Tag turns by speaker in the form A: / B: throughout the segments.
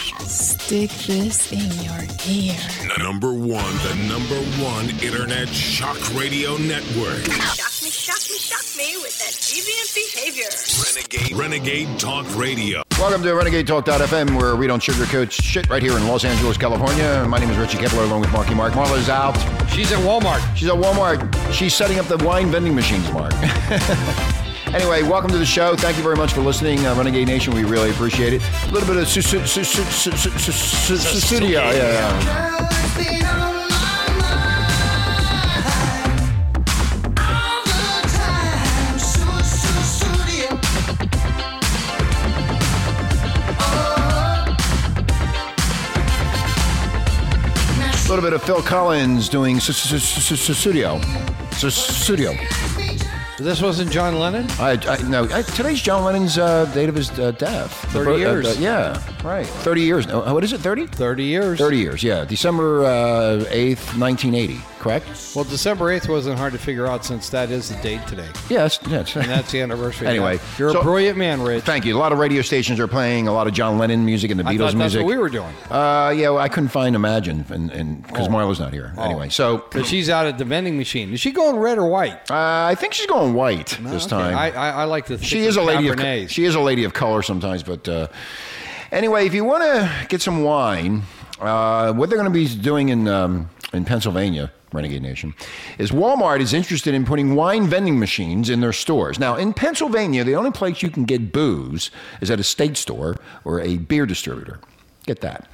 A: Stick this in your ear.
B: Number one, the number one internet shock radio network.
C: Shock me, shock me, shock me with that deviant behavior.
B: Renegade, Renegade Talk Radio.
D: Welcome to Renegade Talk.fm, where we don't sugarcoat shit right here in Los Angeles, California. My name is Richie Kepler, along with Marky Mark. Marla's out.
E: She's at Walmart.
D: She's at Walmart. She's setting up the wine vending machines, Mark. anyway, welcome to the show. Thank you very much for listening, uh, Renegade Nation. We really appreciate it. A little bit of su- su- su- su- su- su- su- su- su- studio. Yeah, yeah. A little bit of Phil Collins doing su- su- su- su- su- studio. Su- Studio.
E: This wasn't John Lennon.
D: I, I no. I, today's John Lennon's uh, date of his uh, death.
E: 30 years.
D: yeah, right. Thirty years. No, what is it? Thirty.
E: Thirty years.
D: Thirty years. Yeah, December uh, eighth, nineteen eighty. Correct.
E: Well, December eighth wasn't hard to figure out since that is the date today,
D: Yes. Yes.
E: and that's the anniversary. of
D: Anyway,
E: that. you're
D: so-
E: a brilliant man, Rich.
D: Thank you. A lot of radio stations are playing a lot of John Lennon music and the
E: I
D: Beatles
E: thought that's
D: music.
E: what we were doing.
D: Uh, yeah, well, I couldn't find Imagine, and and because Marlo's not here. Anyway, so
E: Oh. But she's out at the vending machine. Is she going red or white
D: uh, I think she's going white this
E: Okay,
D: time.
E: I, I, I like to. Think
D: she is a lady of co-
E: Cabernet.
D: she is a lady of color sometimes but uh, anyway if you want to get some wine uh, what they're going to be doing in um, in Pennsylvania Renegade Nation is Walmart is interested in putting wine vending machines in their stores now in Pennsylvania the only place you can get booze is at a state store or a beer distributor get that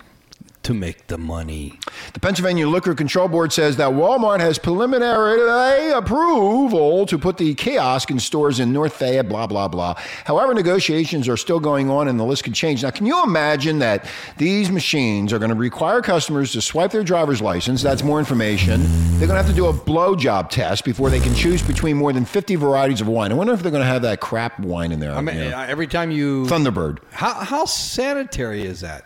E: to make the money.
D: the Pennsylvania Liquor Control Board says that Walmart has preliminary approval to put the kiosk in stores in North Fayette, blah, blah, blah. However, negotiations are still going on and the list could change. Now, can you imagine that these machines are going to require customers to swipe their driver's license? That's more information. They're going to have to do a blowjob test before they can choose between more than 50 varieties of wine. I wonder if they're going to have that crap wine in there.
E: I mean,
D: you know.
E: uh, every time you.
D: Thunderbird.
E: How, how sanitary is that?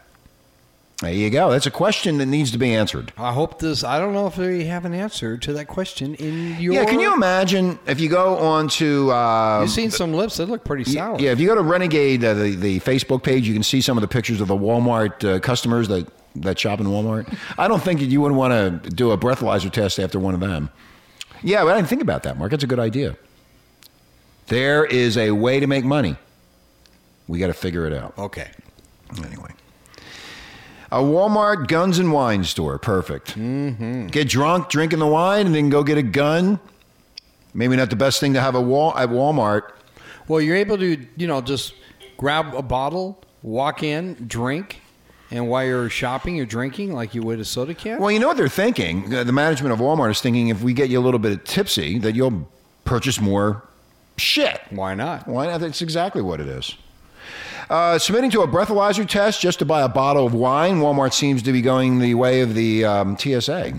D: There you go. That's a question that needs to be answered.
E: I hope this. I don't know if they have an answer to that question in your.
D: Yeah, can you imagine if you go on to. Uh,
E: You've seen some lips that look pretty
D: Yeah,
E: sour.
D: Yeah, if you go to Renegade, uh, the, the Facebook page, you can see some of the pictures of the Walmart uh, customers that, that shop in Walmart. I don't think that you would want to do a breathalyzer test after one of them. Yeah, but I didn't think about that, Mark. That's a good idea. There is a way to make money. We got to figure it out.
E: Okay.
D: Anyway. A Walmart guns and wine store. Perfect. Get drunk, drinking the wine, and then go get a gun. Maybe not the best thing to have a wall at Walmart.
E: Well, you're able to, you know, just grab a bottle, walk in, drink, and while you're shopping, you're drinking like you would a soda can.
D: Well, you know what they're thinking. Uh, The management of Walmart is thinking if we get you a little bit tipsy, that you'll purchase more shit.
E: Why not?
D: Why not? That's exactly what it is. Uh, submitting to a breathalyzer test just to buy a bottle of wine, Walmart seems to be going the way of the um, TSA.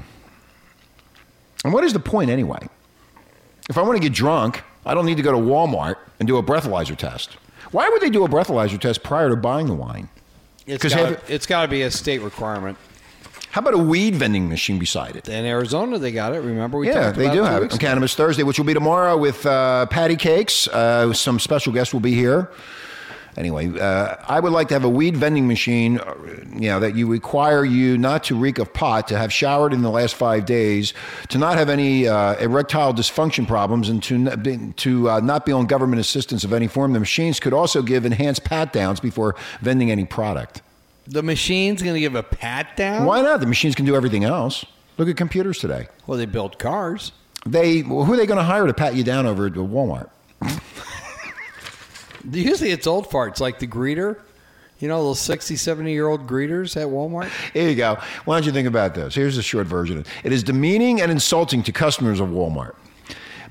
D: And what is the point anyway? If I want to get drunk, I don't need to go to Walmart and do a breathalyzer test. Why would they do a breathalyzer test prior to buying the wine?
E: It's
D: 'Cause
E: gotta,
D: have-
E: it's got to be a state requirement.
D: How about a weed vending machine beside it?
E: In Arizona, they got it. Remember, we
D: yeah,
E: talked
D: they
E: about
D: do
E: two
D: have it
E: weeks
D: on
E: ago.
D: Cannabis Thursday, which will be tomorrow with uh, patty cakes. Uh, some special guests will be here. Anyway, uh, I would like to have a weed vending machine, uh, you know, that you require you not to reek of pot, to have showered in the last five days, to not have any uh, erectile dysfunction problems, and to n- be- to uh, not be on government assistance of any form. The machines could also give enhanced pat downs before vending any product.
E: The machine's going to give a pat down.
D: Why not? The machines can do everything else. Look at computers today.
E: Well, they build cars.
D: They who are they going to hire to pat you down over at Walmart?
E: Usually, it's old farts like the greeter. You know, those 60, 70 year old greeters at Walmart.
D: Here you go. Why don't you think about this? Here's a short version. It is demeaning and insulting to customers of Walmart.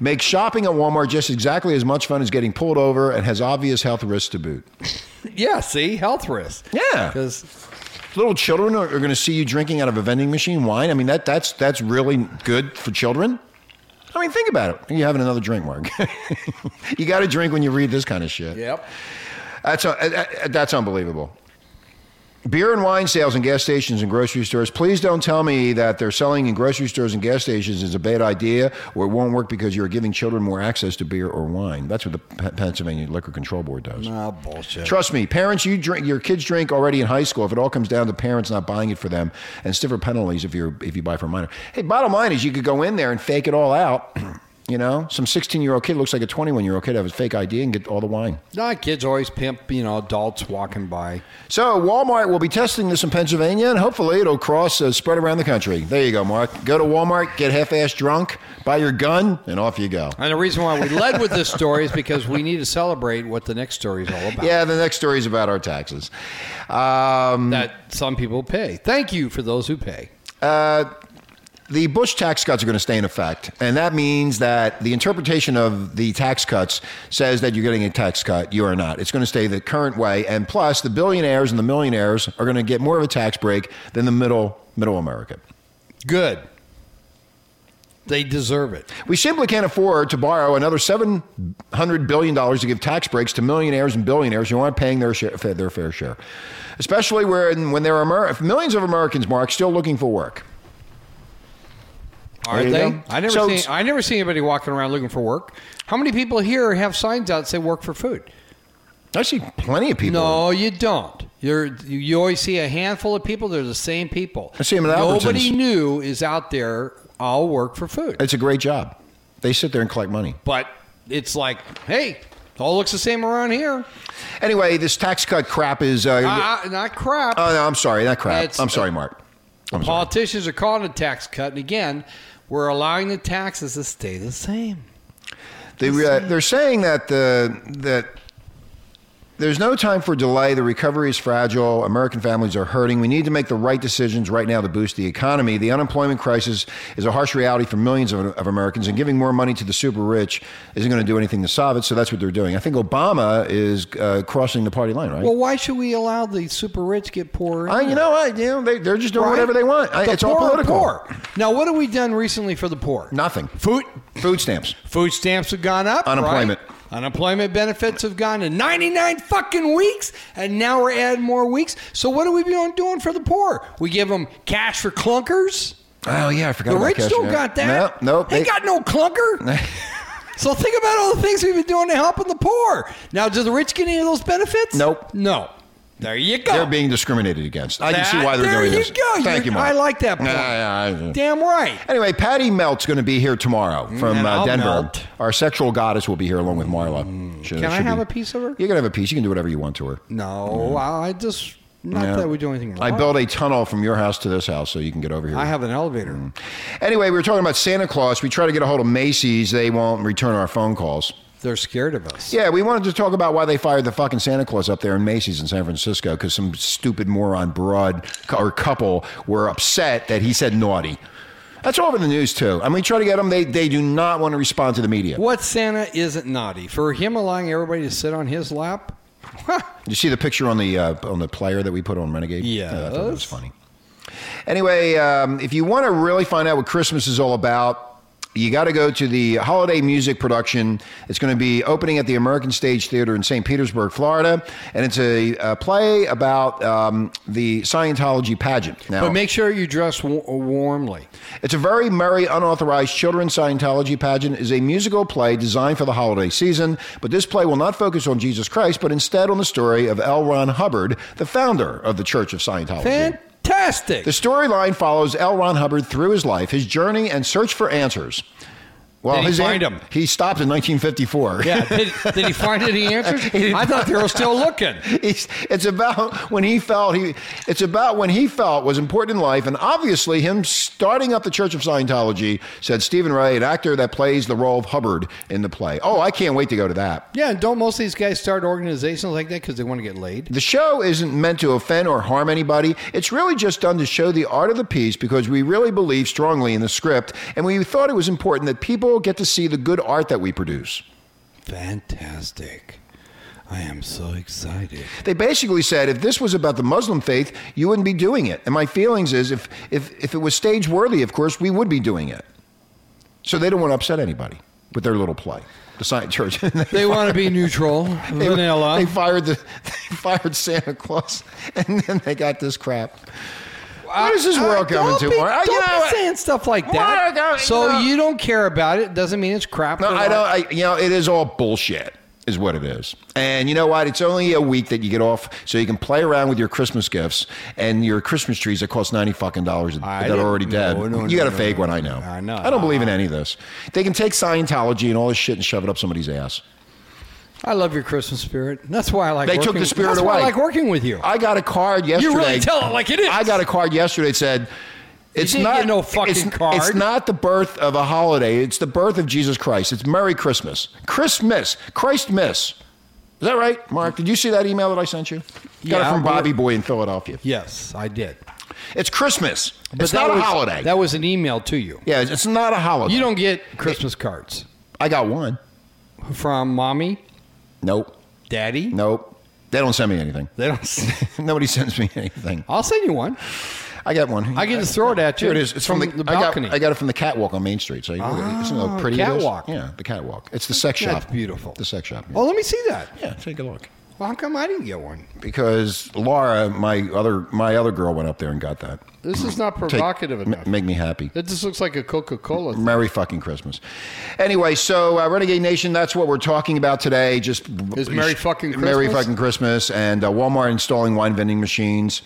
D: Makes shopping at Walmart just exactly as much fun as getting pulled over and has obvious health risks to boot.
E: Yeah, see, health risk.
D: Yeah.
E: Because
D: Little children are, going to see you drinking out of a vending machine wine. I mean, that, that's, that's really good for children. I mean, think about it. You're having another drink, Mark. you got to drink when you read this kind of shit.
E: yep.
D: That's, uh, uh, uh, that's unbelievable. Beer and wine sales in gas stations and grocery stores. Please don't tell me that they're selling in grocery stores and gas stations is a bad idea or it won't work because you're giving children more access to beer or wine. That's what the P- Pennsylvania Liquor Control Board does.
E: Ah, bullshit.
D: Trust me, parents, you drink your kids drink already in high school. If it all comes down to parents not buying it for them, and stiffer penalties if you're if you buy for a minor. Hey, bottom line is you could go in there and fake it all out. You know, some 16 year old kid looks like a 21 year old kid have a fake ID and get all the wine.
E: Nah, kids always pimp, you know, adults walking by.
D: So Walmart will be testing this in Pennsylvania, and hopefully it'll cross uh, spread around the country. There you go, Mark. Go to Walmart, get half-ass drunk, buy your gun, and off you go.
E: And the reason why we led with this story is because we need to celebrate what the next story is all about.
D: Yeah, the next story is about our taxes. Um,
E: That some people pay. Thank you for those who pay.
D: the Bush tax cuts are going to stay in effect. And that means that the interpretation of the tax cuts says that you're getting a tax cut. You are not. It's going to stay the current way. And plus, the billionaires and the millionaires are going to get more of a tax break than the middle middle America.
E: Good. They deserve it.
D: We simply can't afford to borrow another $700 billion to give tax breaks to millionaires and billionaires who aren't paying their, share, their fair share, especially when, when there are Amer- millions of Americans, Mark, still looking for work.
E: Are
D: There you
E: they?
D: go.
E: I never
D: So-
E: see. I never see anybody walking around looking for work. How many people here have signs out that say work for food?
D: I see plenty of people.
E: No, you don't. You're you you always see a handful of people. They're the same people.
D: I see 'em at
E: Nobody
D: Albertsons.
E: new is out there. I'll work for food,
D: It's a great job. They sit there and collect money.
E: but it's like, hey, it all looks the same around here.
D: Anyway, this tax cut crap is. Uh,
E: Ah, ah, not crap.
D: oh, no, I'm sorry. Not crap.
E: It's-
D: I'm sorry, Mark. I'm sorry.
E: Politicians are calling it a tax cut, and again, we're allowing the taxes to stay the same.
D: They, uh, they're saying that the that there's no time for delay. The recovery is fragile. American families are hurting. We need to make the right decisions right now to boost the economy. The unemployment crisis is a harsh reality for millions of, of Americans, and giving more money to the super rich isn't going to do anything to solve it. So that's what they're doing. I think Obama is uh, crossing the party line, right?
E: Well, why should we allow the super rich get poorer?
D: I, you
E: either?
D: know, I, you know, they, they're just doing
E: Right?
D: whatever they want. I,
E: The
D: it's all
E: poor are
D: political.
E: Poor. Now, what have we done recently for the poor?
D: Nothing.
E: Food,
D: Food stamps.
E: food stamps have gone up.
D: Unemployment.
E: right? Unemployment benefits have gone to 99 fucking weeks, and now we're adding more weeks. So what are we doing doing for the poor? We give them cash for clunkers.
D: Oh yeah, I forgot.
E: The
D: about
E: rich
D: cash
E: don't
D: now.
E: got that.
D: No, nope.
E: they, got no clunker. so think about all the things we've been doing to helping the poor. Now, do the rich get any of those benefits?
D: Nope.
E: No. There you go.
D: They're being discriminated against. I can see
E: That-
D: why they're
E: there
D: doing
E: you
D: this.
E: go.
D: Thank you,
E: You're-
D: Mark.
E: I like that point.
D: Yeah, yeah, yeah.
E: Damn right.
D: Anyway, Patty Melt's going to be here tomorrow from
E: Mm, and
D: uh,
E: I'll
D: Denver.
E: melt. Mm.
D: Our sexual goddess will be here along with Marla.
E: Can I have a piece of her?
D: You can have a piece. You can do whatever you want to her.
E: No, I just
D: Mm.
E: not
D: Yeah.
E: that we do anything wrong.
D: I built a tunnel from your house to this house so you can get over here.
E: I have an elevator.
D: Mm. Anyway, we were talking about Santa Claus. We try to get a hold of Macy's. They won't return our phone calls.
E: They're scared of us.
D: Yeah, we wanted to talk about why they fired the fucking Santa Claus up there in Macy's in San Francisco because some stupid moron broad cou- or couple were upset that he said naughty. That's all over the news too. I mean, we try to get them. They they do not want to respond to the media.
E: What Santa isn't naughty? For him allowing everybody to sit on his lap?
D: You see the picture on the uh, on the player that we put on Renegade. I thought that was
E: Yes.
D: funny. Anyway, um, if you want to really find out what Christmas is all about, you got to go to the holiday music production. It's going to be opening at the American Stage Theater in St. Petersburg, Florida, and it's a, a play about um, the Scientology pageant. Now,
E: But make sure you dress wa- warmly.
D: it's a very merry, unauthorized children's Scientology pageant. is a musical play designed for the holiday season, but this play will not focus on Jesus Christ, but instead on the story of L. Ron Hubbard, the founder of the Church of Scientology.
E: Fantastic.
D: the storyline follows L. Ron Hubbard through his life, his journey, and search for answers. Well,
E: Did he
D: his
E: find
D: an-
E: 'em?
D: He stopped in 1954.
E: yeah. Did, did he find any answers? I thought they were still looking.
D: It's, it's about when he felt he. It's about when he felt was important in life, and obviously him starting up the Church of Scientology. Said Stephen Ray, an actor that plays the role of Hubbard in the play. Oh, I can't wait to go to that.
E: Yeah, and don't most of these guys start organizations like that because they want to get laid?
D: The show isn't meant to offend or harm anybody. It's really just done to show the art of the piece because we really believe strongly in the script, and we thought it was important that people get to see the good art that we produce.
E: Fantastic. I am so excited.
D: They basically said, if this was about the Muslim faith, you wouldn't be doing it. And my feelings is, if if if it was stage worthy, of course, we would be doing it. So they don't want to upset anybody with their little play. the Science Church.
E: They want to be neutral, vanilla.
D: They fired the they fired Santa Claus, and then they got this crap. What is this
E: Uh,
D: world coming
E: don't
D: to?
E: Be,
D: Mark? I-
E: don't
D: you
E: be
D: know,
E: saying stuff like
D: Mark,
E: that.
D: I-
E: so
D: you know-
E: you don't care about it. Doesn't mean it's crap.
D: No,
E: for
D: I
E: that.
D: don't. I, you know, it is all bullshit, is what it is. And you know what? It's only a week that you get off, so you can play around with your Christmas gifts and your Christmas trees that cost ninety fucking dollars that are
E: I didn't-
D: already dead.
E: no, no,
D: you
E: no,
D: got a
E: no,
D: fake
E: no,
D: one, I
E: no,
D: know.
E: I know.
D: I don't believe in any of this. They can take Scientology and all this shit and shove it up somebody's ass.
E: I love your Christmas spirit. That's why I like.
D: They
E: working
D: took the
E: with-
D: spirit
E: that's
D: away.
E: Why I like working with you.
D: I got a card yesterday.
E: really tell it like it is.
D: I got a card yesterday that said. It's
E: didn't
D: not
E: get no fucking
D: it's,
E: card.
D: It's not the birth of a holiday. It's the birth of Jesus Christ. It's Merry Christmas, Christmas, Christmas. Is that right, Mark? Did you see that email that I sent you? Got
E: Yeah,
D: it from
E: but-
D: Bobby Boy in Philadelphia.
E: yes, I did.
D: It's Christmas.
E: But
D: it's
E: that
D: not
E: was-
D: a holiday.
E: That was an email to you.
D: yeah, it's not a holiday.
E: You don't get Christmas cards
D: I got one.
E: from mommy,
D: Nope.
E: daddy.
D: Nope. They don't send me anything.
E: They don't. s-
D: Nobody sends me anything.
E: I'll send you one.
D: I got one.
E: I can just throw it at you.
D: Here it is. It's from, the,
E: balcony. Ah,
D: I got, I got it from the catwalk on Main Street. So you know, oh, isn't it how pretty it is?
E: catwalk.
D: Yeah, the catwalk. It's the sex
E: That's
D: shop.
E: beautiful.
D: The sex shop. Yeah.
E: Oh, let me see that.
D: yeah, take a look.
E: Well, how come I didn't get one?
D: Because Laura, my other my other girl, went up there and got that.
F: This is not
D: Take-
F: provocative
D: ma-
F: enough.
D: make me happy.
F: That just looks like a Coca Cola.
D: Merry fucking Christmas. Anyway, so uh, Renegade Nation, that's what we're talking about today. Just
F: Is Merry fucking
D: Merry
F: Christmas?
D: fucking Christmas and uh, Walmart installing wine vending machines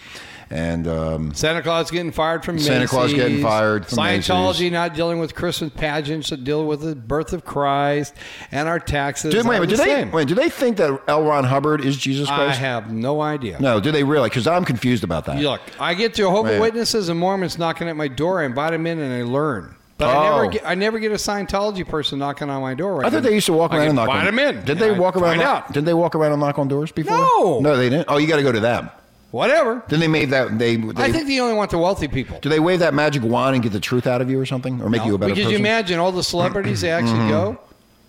D: and um,
E: Santa Claus getting fired from
D: Santa
E: Macy's.
D: Claus getting fired from
E: Scientology
D: Macy's.
E: not dealing with Christmas pageants that deal with the birth of Christ and our taxes.
D: Did, wait,
E: are
D: a minute, do
E: the
D: they
E: same.
D: wait? Do they think that L. Ron Hubbard is Jesus
E: I
D: Christ?
E: have no idea.
D: No, do they really? Because I'm confused about that.
E: Look, I get Jehovah
D: Wait.
E: Witnesses and Mormons knocking at my door. I invite them in and I learn. But I
D: Oh.
E: never get I never get a Scientology person knocking on my door.
D: I thought they used to walk
E: I
D: around and knock.
E: invite
D: on,
E: them in.
D: Did they
E: I
D: walk around?
E: Find
D: and-
E: out.
D: Did they walk around and knock on doors before?
E: No.
D: no, they didn't. Oh, you got to go to them.
E: Whatever.
D: Then they made that. They, they
E: I think they only want the wealthy people.
D: do they wave that magic wand and get the truth out of you or something, or make you a better
E: because
D: person?
E: you
D: Mm-hmm.
E: imagine all the celebrities they actually go,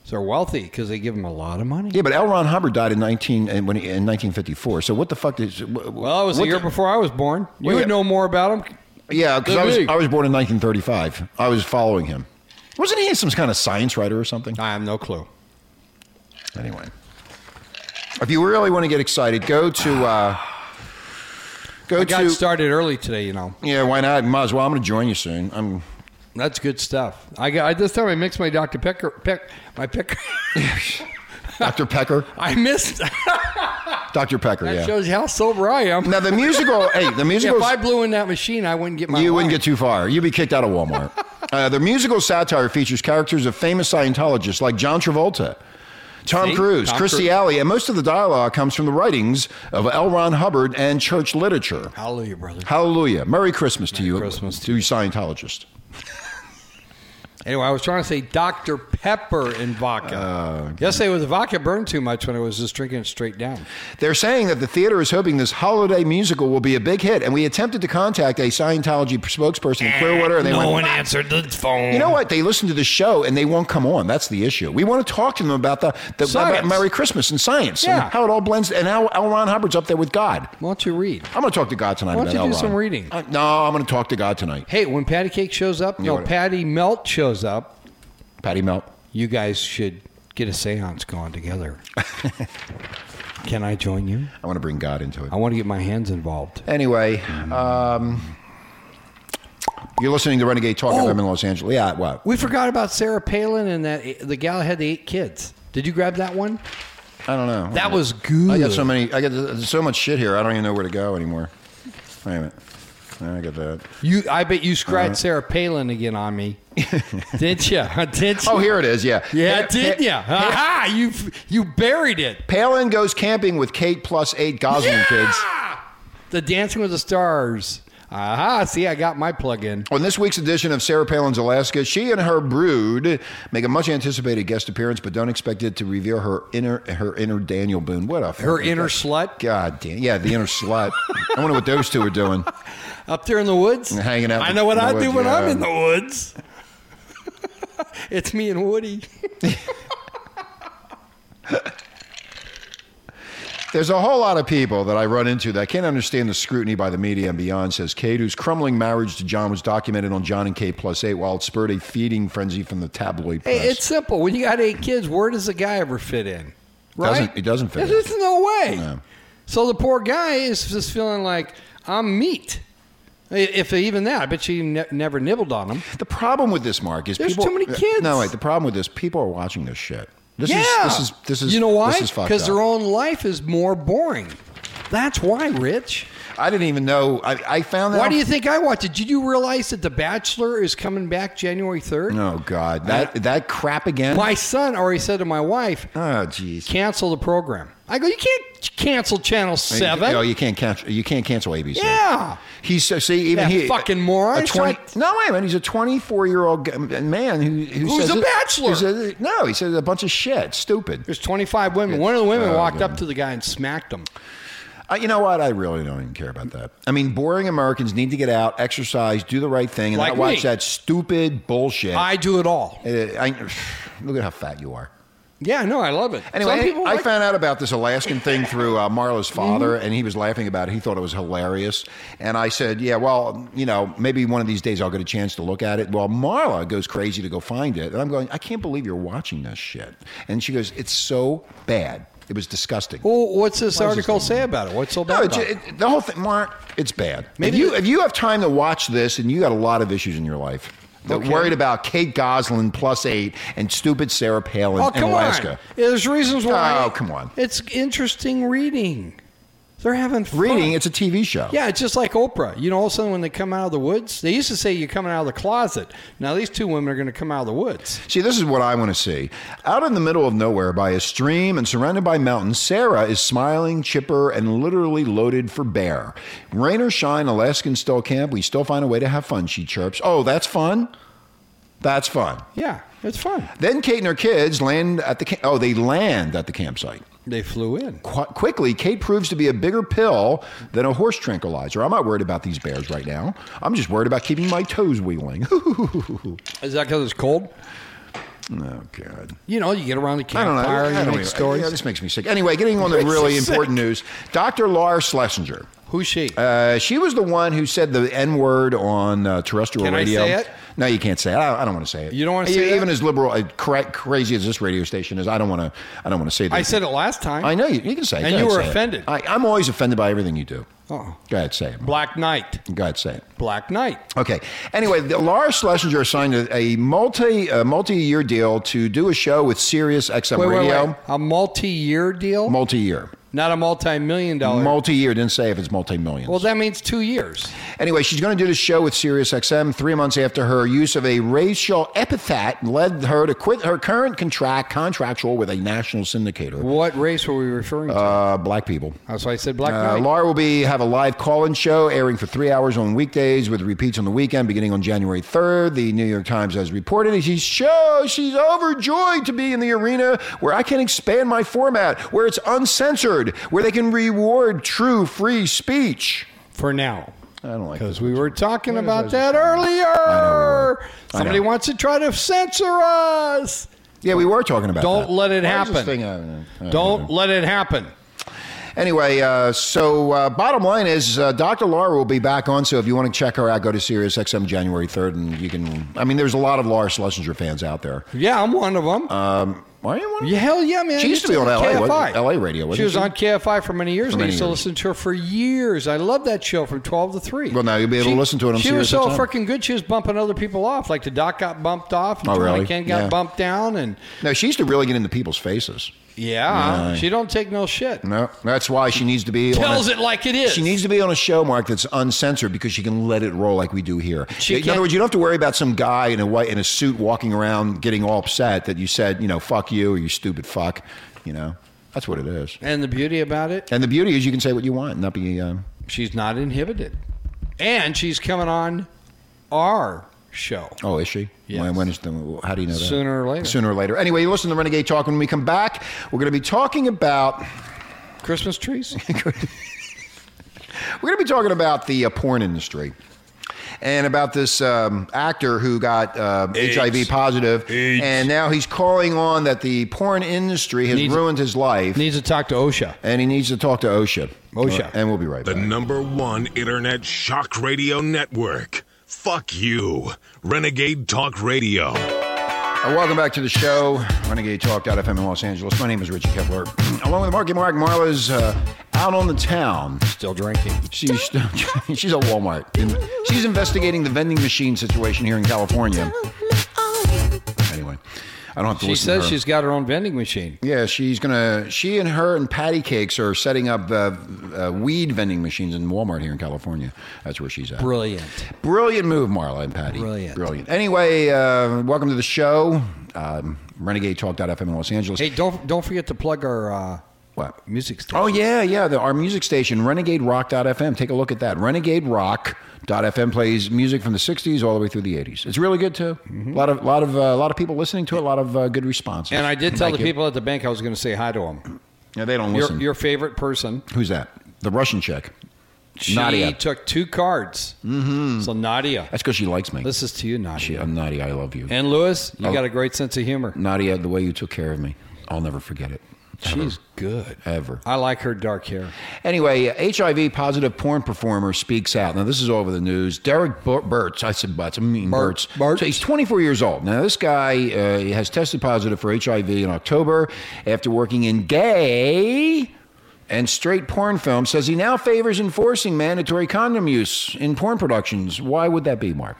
E: they're wealthy because they give them a lot of money.
D: yeah, but L. Ron Hubbard died in nineteen and when he, in nineteen fifty four. So what the fuck did?
E: Well, it was the year before I was born. You
D: Well, yeah.
E: would know more about them.
D: Yeah, because
E: Than
D: I was
E: me.
D: I was born in nineteen thirty five. I was following him. Wasn't he some kind of science writer or something?
E: I have no clue.
D: Anyway, if you really want to get excited, go to uh, go to
E: I got started early today, you know.
D: yeah. Why not? Might as well. I'm going to join you soon. I'm
E: That's good stuff. I got I, this time I mixed my Dr. Pecker Peck my Pecker.
D: Dr. Pecker.
E: I missed.
D: Dr. Pecker.
E: That
D: yeah.
E: shows you how sober I am.
D: now the musical. hey, the musical.
E: if I blew in that machine, I wouldn't get my.
D: you wouldn't
E: wine.
D: get too far. You'd be kicked out of Walmart. uh, the musical satire features characters of famous Scientologists like John Travolta, Tom
E: See?
D: Cruise,
E: Tom
D: Christy
E: Cruise.
D: Alley, and most of the dialogue comes from the writings of L. Ron Hubbard and church literature.
E: Hallelujah, brother.
D: Hallelujah. Merry Christmas to you,
E: Christmas
D: to you Scientologists.
E: Anyway, I was trying to say Dr. Pepper and vodka.
D: Oh,
E: Yesterday was vodka burned too much when I was just drinking it straight down.
D: They're saying that the theater is hoping this holiday musical will be a big hit, and we attempted to contact a Scientology spokesperson in Clearwater, and they went,
E: Eh, answered the phone.
D: "You know what? They listen to the show and they won't come on. That's the issue. We want to talk to them about the, the
E: Science.
D: about Merry Christmas and science,
E: Yeah.
D: and how it all blends, and how L. Ron Hubbard's up there with God.
E: Why don't you read?
D: I'm going to talk to God tonight.
E: Why
D: about
E: don't you
D: L.
E: do
D: Ron.
E: some reading?
D: I- no, I'm going to talk to God tonight.
E: Hey, when Patty Cake shows up, no,
D: whatever.
E: Patty Melt shows up,
D: Patty Melt.
E: you guys should get a seance going together. Can I join you?
D: I want to bring God into it.
E: I want to get my hands involved.
D: Anyway, um, you're listening to Renegade Talk
E: Oh.
D: FM in Los Angeles. Yeah, what?
E: We forgot about Sarah Palin and that the gal that had the eight kids. Did you grab that one?
D: I don't know.
E: That was good.
D: Oh, I got so many. I got there's so much shit here. I don't even know where to go anymore. Wait a minute. I got that.
E: You, I bet you scratched Sarah Palin again on me, did you? Did you?
D: Uh-huh. Oh, here it is. Yeah.
E: yeah,
D: Pa-
E: did
D: Pa-
E: you? Aha! You you buried it.
D: Palin goes camping with Kate plus eight Gosling kids.
E: The Dancing with the Stars. Aha! See, I got my plug in.
D: On this week's edition of Sarah Palin's Alaska, she and her brood make a much anticipated guest appearance, but don't expect it to reveal her inner her inner Daniel Boone. What a
E: Her
D: fucking-
E: inner slut
D: God damn. Yeah, the inner slut. I wonder what those two are doing.
E: up there in the woods,
D: Hanging out
E: I
D: in
E: know what
D: the
E: I do
D: woods,
E: when I'm
D: yeah.
E: in the woods. it's me and Woody.
D: There's a whole lot of people that I run into that I can't understand the scrutiny by the media and beyond, says Kate, whose crumbling marriage to John was documented on John and Kate Plus 8 while it spurred a feeding frenzy from the tabloid press.
E: Hey, it's simple. When you got eight kids, where does a guy ever fit in? Right?
D: Doesn't- it doesn't fit in.
E: There's no way.
D: No.
E: So the poor guy is just feeling like I'm meat. I- If even that, I bet you ne- never nibbled on him.
D: The problem with this, Mark, is
E: There's
D: people, Uh,
E: too many kids.
D: No, wait. The problem with this, people are watching this shit. This
E: yeah.
D: is this is this is
E: you know why?
D: This is fucked
E: Because
D: up.
E: their own life is more boring. That's why, Rich.
D: I didn't even know. I, I found that.
E: Why do you think I watched it? Did you realize that The Bachelor is coming back January third?
D: Oh God, that that crap again.
E: My son already said to my wife,
D: Oh jeez.
E: "Cancel the program." I go, "You can't cancel Channel
D: You-
E: 7.
D: Oh, you can't cancel. You can't cancel ABC.
E: Yeah.
D: He's so see even
E: That
D: he uh,
E: fucking moron.
D: a 20
E: It's
D: no, wait a minute. He's a twenty-four-year-old man who, who
E: Who's
D: says
E: a
D: it-
E: bachelor.
D: who says it- no, he says a bunch of shit. Stupid.
E: There's 25 women. One of the women
D: Oh,
E: walked
D: God.
E: up to the guy and smacked him.
D: Uh, you know what? I really don't even care about that. I mean, boring Americans need to get out, exercise, do the right thing, and
E: Like
D: not watch
E: me.
D: that stupid bullshit.
E: I do it all.
D: Uh, I, look at how fat you are.
E: Yeah, no, I love it.
D: Anyway,
E: Some
D: hey,
E: people
D: I
E: like- Mm-hmm.
D: found out about this Alaskan thing through uh, Marla's father, and he was laughing about it. He thought it was hilarious. And I said, Yeah, well, you know, maybe one of these days I'll get a chance to look at it. Well, Marla goes crazy to go find it. And I'm going, I can't believe you're watching this shit. And she goes, It's so bad. It was disgusting.
E: Well, what's this
D: Why is this
E: article
D: going
E: say about it? What's so bad
D: No,
E: about
D: it,
E: it?
D: it, the whole thing, Mark. It's bad.
E: Maybe
D: if you
E: the-
D: if you have time to watch this, and you got a lot of issues in your life, They're worried about Kate Goslin plus eight and stupid Sarah Palin
E: Oh,
D: in
E: come on.
D: Alaska.
E: There's reasons why.
D: Oh, come on.
E: It's interesting reading. They're having fun.
D: Reading, it's a TV show.
E: Yeah, it's just like Oprah. You know, all of a sudden when they come out of the woods, they used to say you're coming out of the closet. Now these two women are going to come out of the woods.
D: See, this is what I want to see. Out in the middle of nowhere, by a stream and surrounded by mountains, Sarah is smiling, chipper, and literally loaded for bear. Rain or shine, Alaskan still camp. We still find a way to have fun. She chirps. Oh, that's fun. That's fun.
E: Yeah, it's fun.
D: Then Kate and her kids land at the ca- oh they land at the campsite.
E: They flew in.
D: Qu- quickly, Kate proves to be a bigger pill than a horse tranquilizer. I'm not worried about these bears right now. I'm just worried about keeping my toes wheeling. oh
E: Is that because it's cold?
D: God.
E: You know, you get around the
D: I don't know.
E: campfire,
D: I
E: you
D: don't
E: make
D: even-
E: stories.
D: yeah, this makes me sick. Anyway, getting on to really important news. Dr. Lars Schlesinger.
E: Who's she?
D: Uh, she was the one who said the N word on uh, terrestrial
E: Can I
D: radio.
E: say it?
D: No, you can't say it. I, I don't want to say it.
E: You don't wanna say
D: even
E: that?
D: as liberal, uh, cra- crazy as this radio station is. I don't want to. I don't want to say that.
E: I said it last time.
D: I know you. You can say it.
E: And
D: Go ahead,
E: you were
D: say it.
E: offended. Oh.
D: I, I'm always offended by everything you do.
E: Uh-oh.
D: Go ahead, say it.
E: Black Knight.
D: Go ahead, say it.
E: Black Knight.
D: Okay. Anyway, the, Lars Schlesinger signed a, a multi a multi-year deal to do a show with Sirius XM
E: Wait, wait,
D: Radio.
E: wait. A multi-year deal,
D: Multi-year.
E: not a multi-million dollar.
D: Multi-year didn't say if it's multi-million.
E: well, that means two years.
D: anyway, she's going to do the show with SiriusXM three months after her use of a racial epithet led her to quit her current contract contractual with a national syndicator.
E: What race were we referring to?
D: Uh, black people.
E: That's why I said Black
D: Uh,
E: Knight.
D: Laura will be have a live call-in show airing for three hours on weekdays with repeats on the weekend beginning on January 3rd. The New York Times has reported she's show she's overjoyed to be in the arena where I can expand my format, where it's uncensored, where they can reward true free speech.
E: for now.
D: I don't like
E: Because we were talking about that earlier. Somebody wants to try to censor us.
D: Yeah, we were talking about
E: Don't
D: that.
E: let it
D: Why is
E: happen.
D: this thing- I don't know. I
E: Don't
D: know.
E: let it happen.
D: Anyway, uh, so uh, bottom line is uh, Dr. Laura will be back on. So if you want to check her out, go to Sirius XM January 3rd. And you can, I mean, there's a lot of Laura Schlesinger fans out there. Um,
E: Yeah, I'm one of them.
D: Why are you one?
E: yeah, hell yeah, man.
D: Uh, She
E: I
D: used to be on LA,
E: KFI.
D: wasn't- LA radio, wasn't
E: she was
D: she?
E: on KFI for many years.
D: For
E: and I
D: many
E: used to
D: years.
E: listen to her for years. I love that show from 12 to 3.
D: Well, now you'll be able to
E: She-
D: listen to it on
E: She was so
D: SiriusXM.
E: freaking good. She was bumping other people off. Like the doc got bumped off. And
D: Oh,
E: Joanna
D: really?
E: Ken got
D: Yeah.
E: bumped down. And
D: No, she used to really get into people's faces.
E: yeah,
D: No.
E: she don't take no shit.
D: No, that's why she needs to be.
E: Tells
D: on a,
E: it like it is.
D: She needs to be on a show, Mark, that's uncensored because she can let it roll like we do here.
E: She
D: in
E: can't-
D: other words, you don't have to worry about some guy in a white in a suit walking around getting all upset that you said, you know, fuck you or you stupid fuck. You know, that's what it is.
E: And the beauty about it,
D: And the beauty is you can say what you want and not be. Um,
E: she's not inhibited. And she's coming on our show.
D: oh, is she?
E: Yes.
D: When, when is the, how do you know that?
E: Sooner or later.
D: Sooner or later. Anyway, you listen to Renegade Talk. When we come back, we're going to be talking about
E: Christmas trees?
D: We're going to be talking about the uh, porn industry. and about this um, actor who got uh,
B: AIDS.
D: HIV positive,
B: AIDS.
D: and now he's calling on that the porn industry has
E: Needs-
D: ruined his life,
E: Needs to talk to OSHA.
D: and he needs to talk to OSHA.
E: OSHA.
D: and we'll be right
B: Oh, The
D: back.
B: number one internet shock radio network. Fuck you. Renegade Talk Radio.
D: Uh, Welcome back to the show, Renegade Talk.fm in Los Angeles. My name is Richie Kepler, along with Marky Mark. Marla's uh, out on the town.
E: Still drinking.
D: She's she's at Walmart. And she's investigating the vending machine situation here in California. Anyway, I don't have to listen
E: She
D: to
E: says
D: her.
E: she's got her own vending machine.
D: Yeah, she's gonna. She and her and Patty Cakes are setting up uh, uh, weed vending machines in Walmart here in California. That's where she's at.
E: Brilliant.
D: Brilliant move, Marla and Patty.
E: Brilliant.
D: Brilliant. Anyway, uh, welcome to the show. Um, RenegadeTalk.fm in Los Angeles.
E: Hey, don't don't forget to plug our uh,
D: What?
E: music station.
D: Oh yeah, yeah. The, our music station, RenegadeRock.fm. Take a look at that. RenegadeRock.fm plays music from the '60s all the way through the '80s. It's really good too. A lot of lot of uh, a lot of people listening to it. A lot of uh, good responses.
E: Mm-hmm. And I did tell
D: Thank
E: the
D: you.
E: people at the bank I was going to say hi to them.
D: Yeah, they don't
E: Your,
D: listen.
E: your favorite person.
D: Who's that? The Russian chick.
E: She
D: Nadia.
E: took two cards. Mm-hmm. So Nadia,
D: That's because she likes me.
E: this is to you, Nadia.
D: She, I'm Nadia. I love you.
E: And Lewis, you
D: Oh.
E: got a great sense of humor.
D: Nadia, the way you took care of me, I'll never forget it.
E: She's good.
D: Ever.
E: I like her dark hair.
D: Anyway, HIV positive porn performer speaks out. Now, this is all over the news. Derek Bur- Burtz, I said Butts, I mean
E: Burt-
D: Burtz.
E: Burtz.
D: So he's 24 years old. Now, this guy uh, has tested positive for HIV in October after working in gay and straight porn films. Says he now favors enforcing mandatory condom use in porn productions. Why would that be, Mark?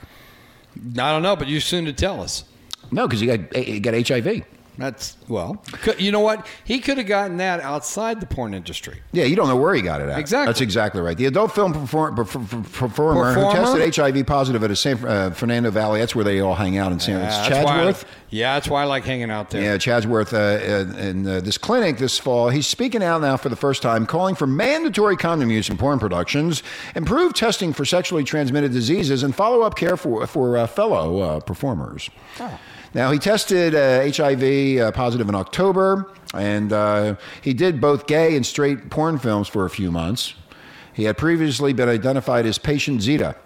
E: I don't know, but you soon to tell us.
D: No, because he got, he got HIV.
E: That's well. could- You know what? He could have gotten that outside the porn industry.
D: Yeah, you don't know where he got it at.
E: Exactly.
D: That's exactly right. The adult film perform, perf- perf- performer, who
E: Performer?
D: tested HIV positive at a San uh, Fernando Valley. That's where they all hang out in San.
E: Yeah,
D: it's
E: Uh, that's why I-
D: Chadsworth.
E: yeah, that's why I like hanging out there.
D: Yeah, Chadsworth uh, uh, in uh, this clinic this fall. He's speaking out now for the first time, calling for mandatory condom use in porn productions, improved testing for sexually transmitted diseases, and follow up care for, for uh, fellow uh, performers. Now, he tested uh, HIV uh, positive in October, and uh, he did both gay and straight porn films for a few months. He had previously been identified as patient Zeta.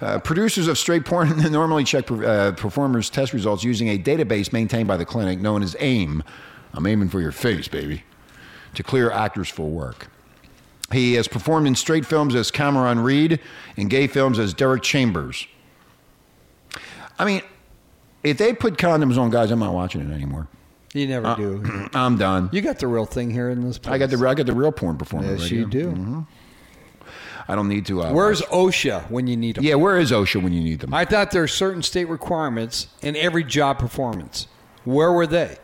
D: Uh, producers of straight porn normally check per, uh, performers' test results using a database maintained by the clinic known as AIM. I'm aiming for your face, baby. To clear actors for work. He has performed in straight films as Cameron Reed, in gay films as Derek Chambers. I mean, if they put condoms on guys, I'm not watching it anymore.
E: You never do.
D: I'm done.
E: You got the real thing here in this place.
D: Uh, I got the I got the real porn performer.
E: Yes,
D: right
E: you
D: here.
E: do. Mm-hmm.
D: I don't need to. Uh,
E: Where's
D: watch-
E: OSHA when you need them?
D: yeah? Where is OSHA when you need them?
E: I thought there are certain state requirements in every job performance. Where were they?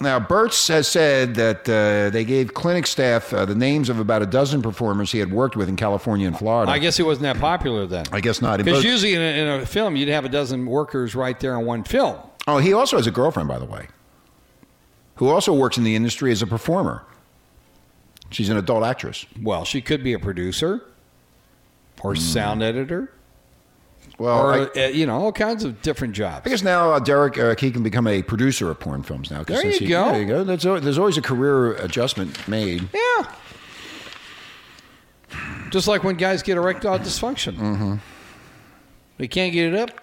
D: Now, Burtz has said that uh, they gave clinic staff uh, the names of about a dozen performers he had worked with in California and Florida.
E: I guess he wasn't that popular then.
D: I guess not.
E: Because
D: But-
E: usually in a, in a film, you'd have a dozen workers right there in one film.
D: oh, he also has a girlfriend, by the way, who also works in the industry as a performer. She's an adult actress.
E: Well, she could be a producer or sound editor
D: Well,
E: or,
D: I,
E: uh, you know, all kinds of different jobs.
D: I guess now uh, Derek uh, he can become a producer of porn films now. 'cause
E: There
D: since
E: you
D: he-
E: go.
D: There you go. That's, al- there's always a career adjustment made.
E: yeah. Just like when guys get erectile dysfunction. Mm-hmm. They can't get it up.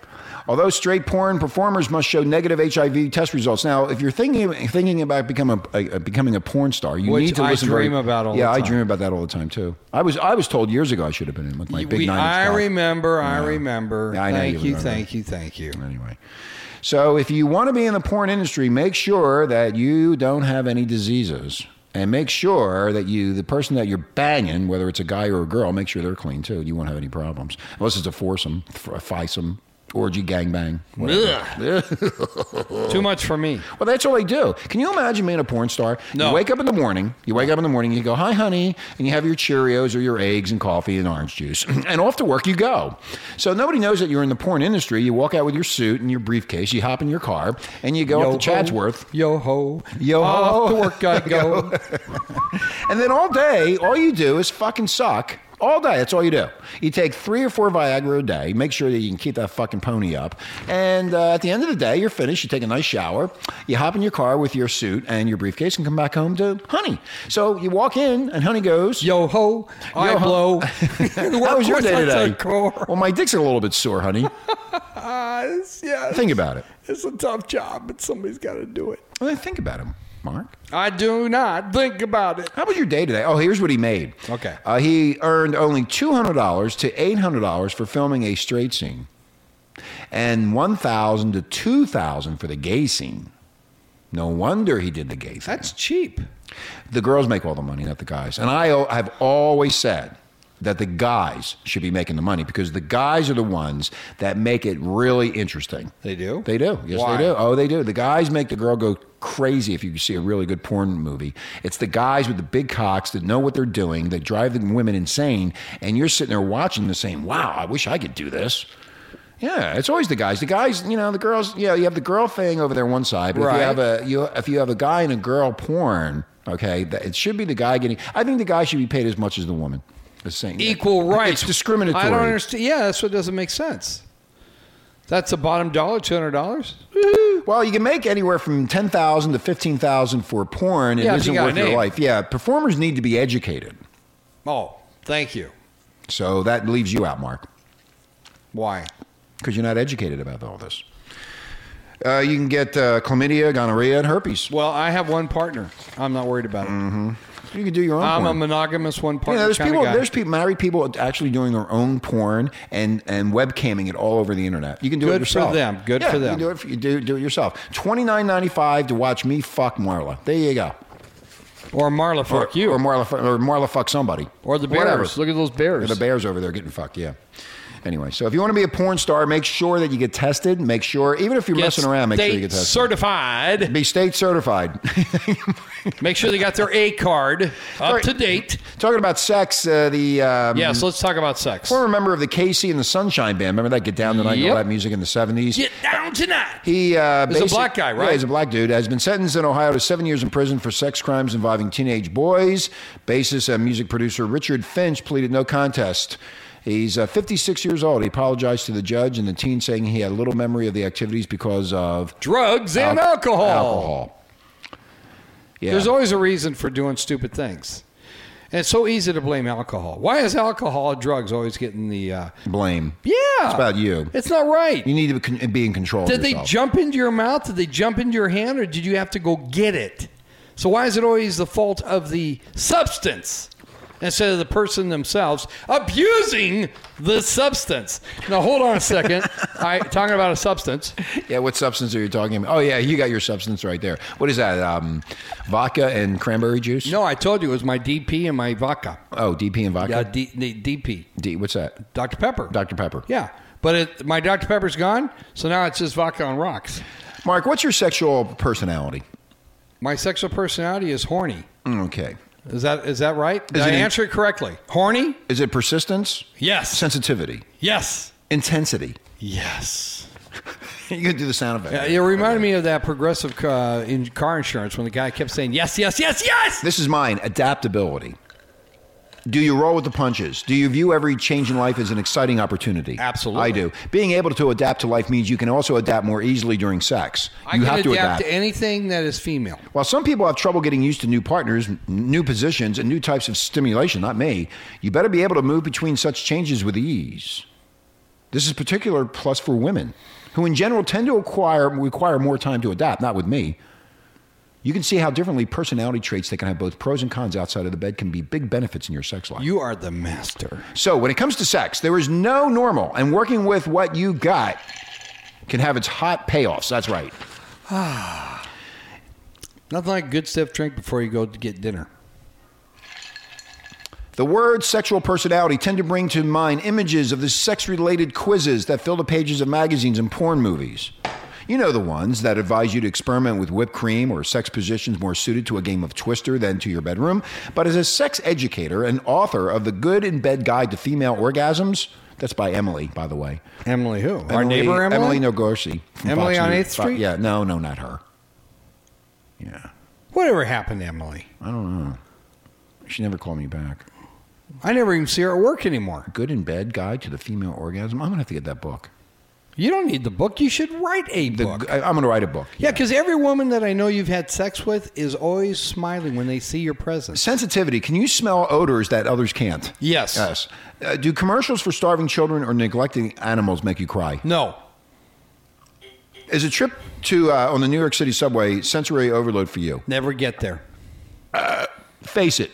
D: Although straight porn performers must show negative HIV test results. Now, if you're thinking thinking about become a, a, a- becoming a porn star, you
E: Which
D: need to
E: I
D: listen.
E: dream
D: very-
E: about all the
D: yeah, I
E: time.
D: dream about that all the time too. I was I was told years ago I should have been in with my big
E: We-
D: nine.
E: I
D: inch cock.
E: remember. I remember.
D: Yeah, I know
E: thank
D: you
E: you,
D: remember.
E: thank you, thank you.
D: Anyway, so if you want to be in the porn industry, make sure that you don't have any diseases. And make sure that you, the person that you're banging, whether it's a guy or a girl, make sure they're clean too. You won't have any problems. Unless it's a foursome, a fivesome, orgy, gangbang. whatever.
E: Too much for me.
D: Well, that's all they do. Can you imagine being a porn star?
E: No.
D: You wake up in the morning, you wake up in the morning, you go, hi, honey, and you have your Cheerios or your eggs and coffee and orange juice, and off to work you go. So nobody knows that you're in the porn industry. You walk out with your suit and your briefcase, you hop in your car, and you go up to Chadsworth.
E: Yo ho.
D: Yo ho.
E: Off to work I go.
D: And then all day, all you do is fucking suck All day. That's all you do. You take three or four Viagra a day. Make sure that you can keep that fucking pony up. And uh, at the end of the day, you're finished. You take a nice shower. You hop in your car with your suit and your briefcase and come back home to Honey. So you walk in, and Honey goes,
E: Yo ho, I
D: Yo ho.
E: blow.
D: How was your day today?
E: Core.
D: Well, my dick's a little bit sore, honey.
E: yeah,
D: Think about it.
E: it's a tough job, but somebody's got to do it.
D: Well, think about it, Mark.
E: I do not think about it.
D: How was your day today? Oh, here's what he made.
E: Okay.
D: Uh, he earned only $200 to $800 for filming a straight scene and 1000 to 2000 for the gay scene. No wonder he did the gay thing.
E: That's cheap.
D: the girls make all the money, not the guys. And I have always said that the guys should be making the money because the guys are the ones that make it really interesting.
E: They do?
D: They do. Yes,
E: Why?
D: they do. Oh, they do. The guys make the girl go crazy if you see a really good porn movie. It's the guys with the big cocks that know what they're doing, that drive the women insane, and you're sitting there watching the saying, wow, I wish I could do this. Yeah, it's always the guys. The guys, you know, the girls. Yeah, you have the girl thing over there on one side, but if
E: Right.
D: you have a you if you have a guy and a girl porn, okay, that, it should be the guy getting. I think the guy should be paid as much as the woman. The same
E: Equal rights.
D: It's discriminatory.
E: I don't understand. Yeah, that's what doesn't make sense. That's a bottom dollar, two hundred dollars. Woo-hoo.
D: Well, you can make anywhere from ten thousand to fifteen thousand for porn. It
E: Yeah, if
D: isn't
E: you got a
D: worth your
E: name.
D: life. Yeah, performers need to be educated.
E: Oh, thank you.
D: So that leaves you out, Mark.
E: Why?
D: because you're not educated about all this. Uh, you can get uh, chlamydia, gonorrhea, and herpes.
E: Well, I have one partner. I'm not worried about it.
D: You can do your own.
E: I'm a
D: porn.
E: monogamous one
D: You
E: partner
D: know, Mm-hmm. there's
E: kind
D: people,
E: of guy.
D: there's people, married people actually doing their own porn and and webcamming it all over the internet. You can do it
E: Good for
D: yourself.
E: them. Good
D: Yeah,
E: for
D: You
E: them.
D: can do it. for- You do do it yourself. Twenty nine ninety five to watch me fuck Marla. There you go.
E: or Marla, fuck
D: or,
E: you.
D: or Marla, fu- or Marla fuck somebody,
E: Or the bears.
D: Whatever.
F: Look at those bears.
D: The bears over there getting fucked. Yeah. Anyway, so if you want to be a porn star, make sure that you get tested. Make sure, even if you're
E: Get
D: messing around, make sure you
E: state
D: get tested.
E: Certified.
D: be state certified.
E: Make sure they got their A card up
D: Right.
E: to date.
D: Talking about sex, uh, the um,
E: Yes, let's talk about sex.
D: former member of the KC and the Sunshine Band. Remember that Get Down Tonight, and all
E: Yep.
D: that music in the 70s?
E: Get down tonight.
D: He uh,
E: He's a
D: basic-
E: black guy, right?
D: Yeah, he's a black dude. Has been sentenced in Ohio to seven years in prison for sex crimes involving teenage boys. Bassist and music producer Richard Finch pleaded no contest. He's uh, 56 years old. He apologized to the judge and the teen, saying he had little memory of the activities because of
E: Drugs and
D: al-
E: alcohol.
D: Alcohol. Yeah.
E: There's always a reason for doing stupid things. And it's so easy to blame alcohol. Why is alcohol and drugs always getting the. Uh,
D: blame.
E: yeah.
D: It's about you.
E: It's not right.
D: You need to be con- be in control. of
E: Did they
D: yourself.
E: jump into your mouth? Did they jump into your hand? Or did you have to go get it? So why is it always the fault of the substance instead of the person themselves abusing the substance? Now hold on a second. I talking about a substance.
D: Yeah, what substance are you talking about? Oh, yeah, you got your substance right there. What is that? Um, vodka and cranberry juice?
E: No, I told you it was my DP and my vodka.
D: Oh, DP and vodka?
E: Uh, D, D- DP,
D: D, what's that?
E: Dr Pepper.
D: Dr. Pepper.
E: Yeah, but it, my Dr Pepper's gone, so now it's just vodka on rocks.
D: Mark, what's your sexual personality?
E: My sexual personality is horny.
D: Okay.
E: Is that is that right? Did
D: Is
E: I
D: it-
E: answer it correctly? Horny?
D: Is it persistence,
E: Yes.
D: sensitivity,
E: Yes.
D: intensity?
E: Yes.
D: You can do the sound effect.
E: Yeah, Uh, it reminded me of that progressive uh, in car insurance when the guy kept saying yes, yes, yes, yes.
D: This is mine adaptability. Do you roll with the punches? Do you view every change in life as an exciting opportunity?
E: Absolutely.
D: I do. Being able to adapt to life means you can also adapt more easily during sex.
E: I
D: you
E: can
D: have to adapt.
E: adapt to anything that is female.
D: While some people have trouble getting used to new partners, n- new positions, and new types of stimulation, not me, you better be able to move between such changes with ease. This is particular plus for women, who in general tend to acquire, require more time to adapt, not with me. You can see how differently personality traits that can have both pros and cons outside of the bed can be big benefits in your sex life.
E: You are the master.
D: so, when it comes to sex, there is no normal, and working with what you got can have its hot payoffs. That's right.
E: Nothing like a good stiff drink before you go to get dinner.
D: The words sexual personality tend to bring to mind images of the sex related quizzes that fill the pages of magazines and porn movies. You know the ones that advise you to experiment with whipped cream or sex positions more suited to a game of Twister than to your bedroom. But as a sex educator and author of The Good in Bed Guide to Female Orgasms, that's by Emily, by the way.
E: Emily who? Our neighbor Emily?
D: Emily Nogorsi. from
E: Emily
D: Fox
E: on
D: News.
E: 8th
D: Fo-
E: Street?
D: Yeah, no, no, not her. Yeah,
E: Whatever happened to Emily?
D: she never called me back.
E: I never even see her at work anymore.
D: Good and Bad Guide to the Female Orgasm. I'm going to have to get that book.
E: You don't need the book. You should write a
D: The,
E: book.
D: I, am going to write a book.
E: Yeah, because every woman that I know you've had sex with is always smiling when they see your presence.
D: Sensitivity. Can you smell odors that others can't?
E: Yes.
D: Yes. Uh, do commercials for starving children or neglecting animals make you cry?
E: No.
D: Is a trip to uh, on the New York City subway sensory overload for you?
E: Never get there.
D: Face it.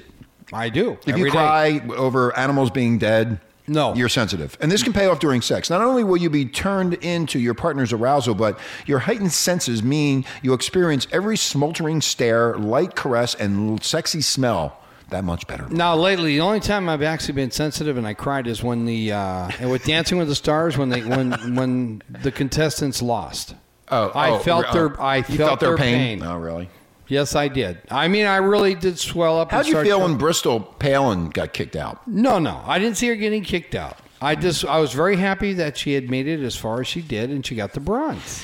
E: I do.
D: If
E: every
D: you
E: day.
D: cry over animals being dead,
E: No.
D: you're sensitive, and this can pay off during sex. Not only will you be turned into your partner's arousal, but your heightened senses mean you'll experience every smoltering stare, light caress, and sexy smell that much better.
E: Now, lately, the only time I've actually been sensitive and I cried is when the uh, and with Dancing with the Stars when they when when the contestants lost.
D: Oh,
E: I
D: oh,
E: felt
D: oh.
E: their I
D: You
E: felt, their pain.
D: Oh, really?
E: Yes, I did. I mean, I really did swell up.
D: How'd
E: and
D: you
E: start
D: feel
E: to-
D: when Bristol Palin got kicked out?
E: No, no, I didn't see her getting kicked out. I just I was very happy that she had made it as far as she did, and she got the bronze.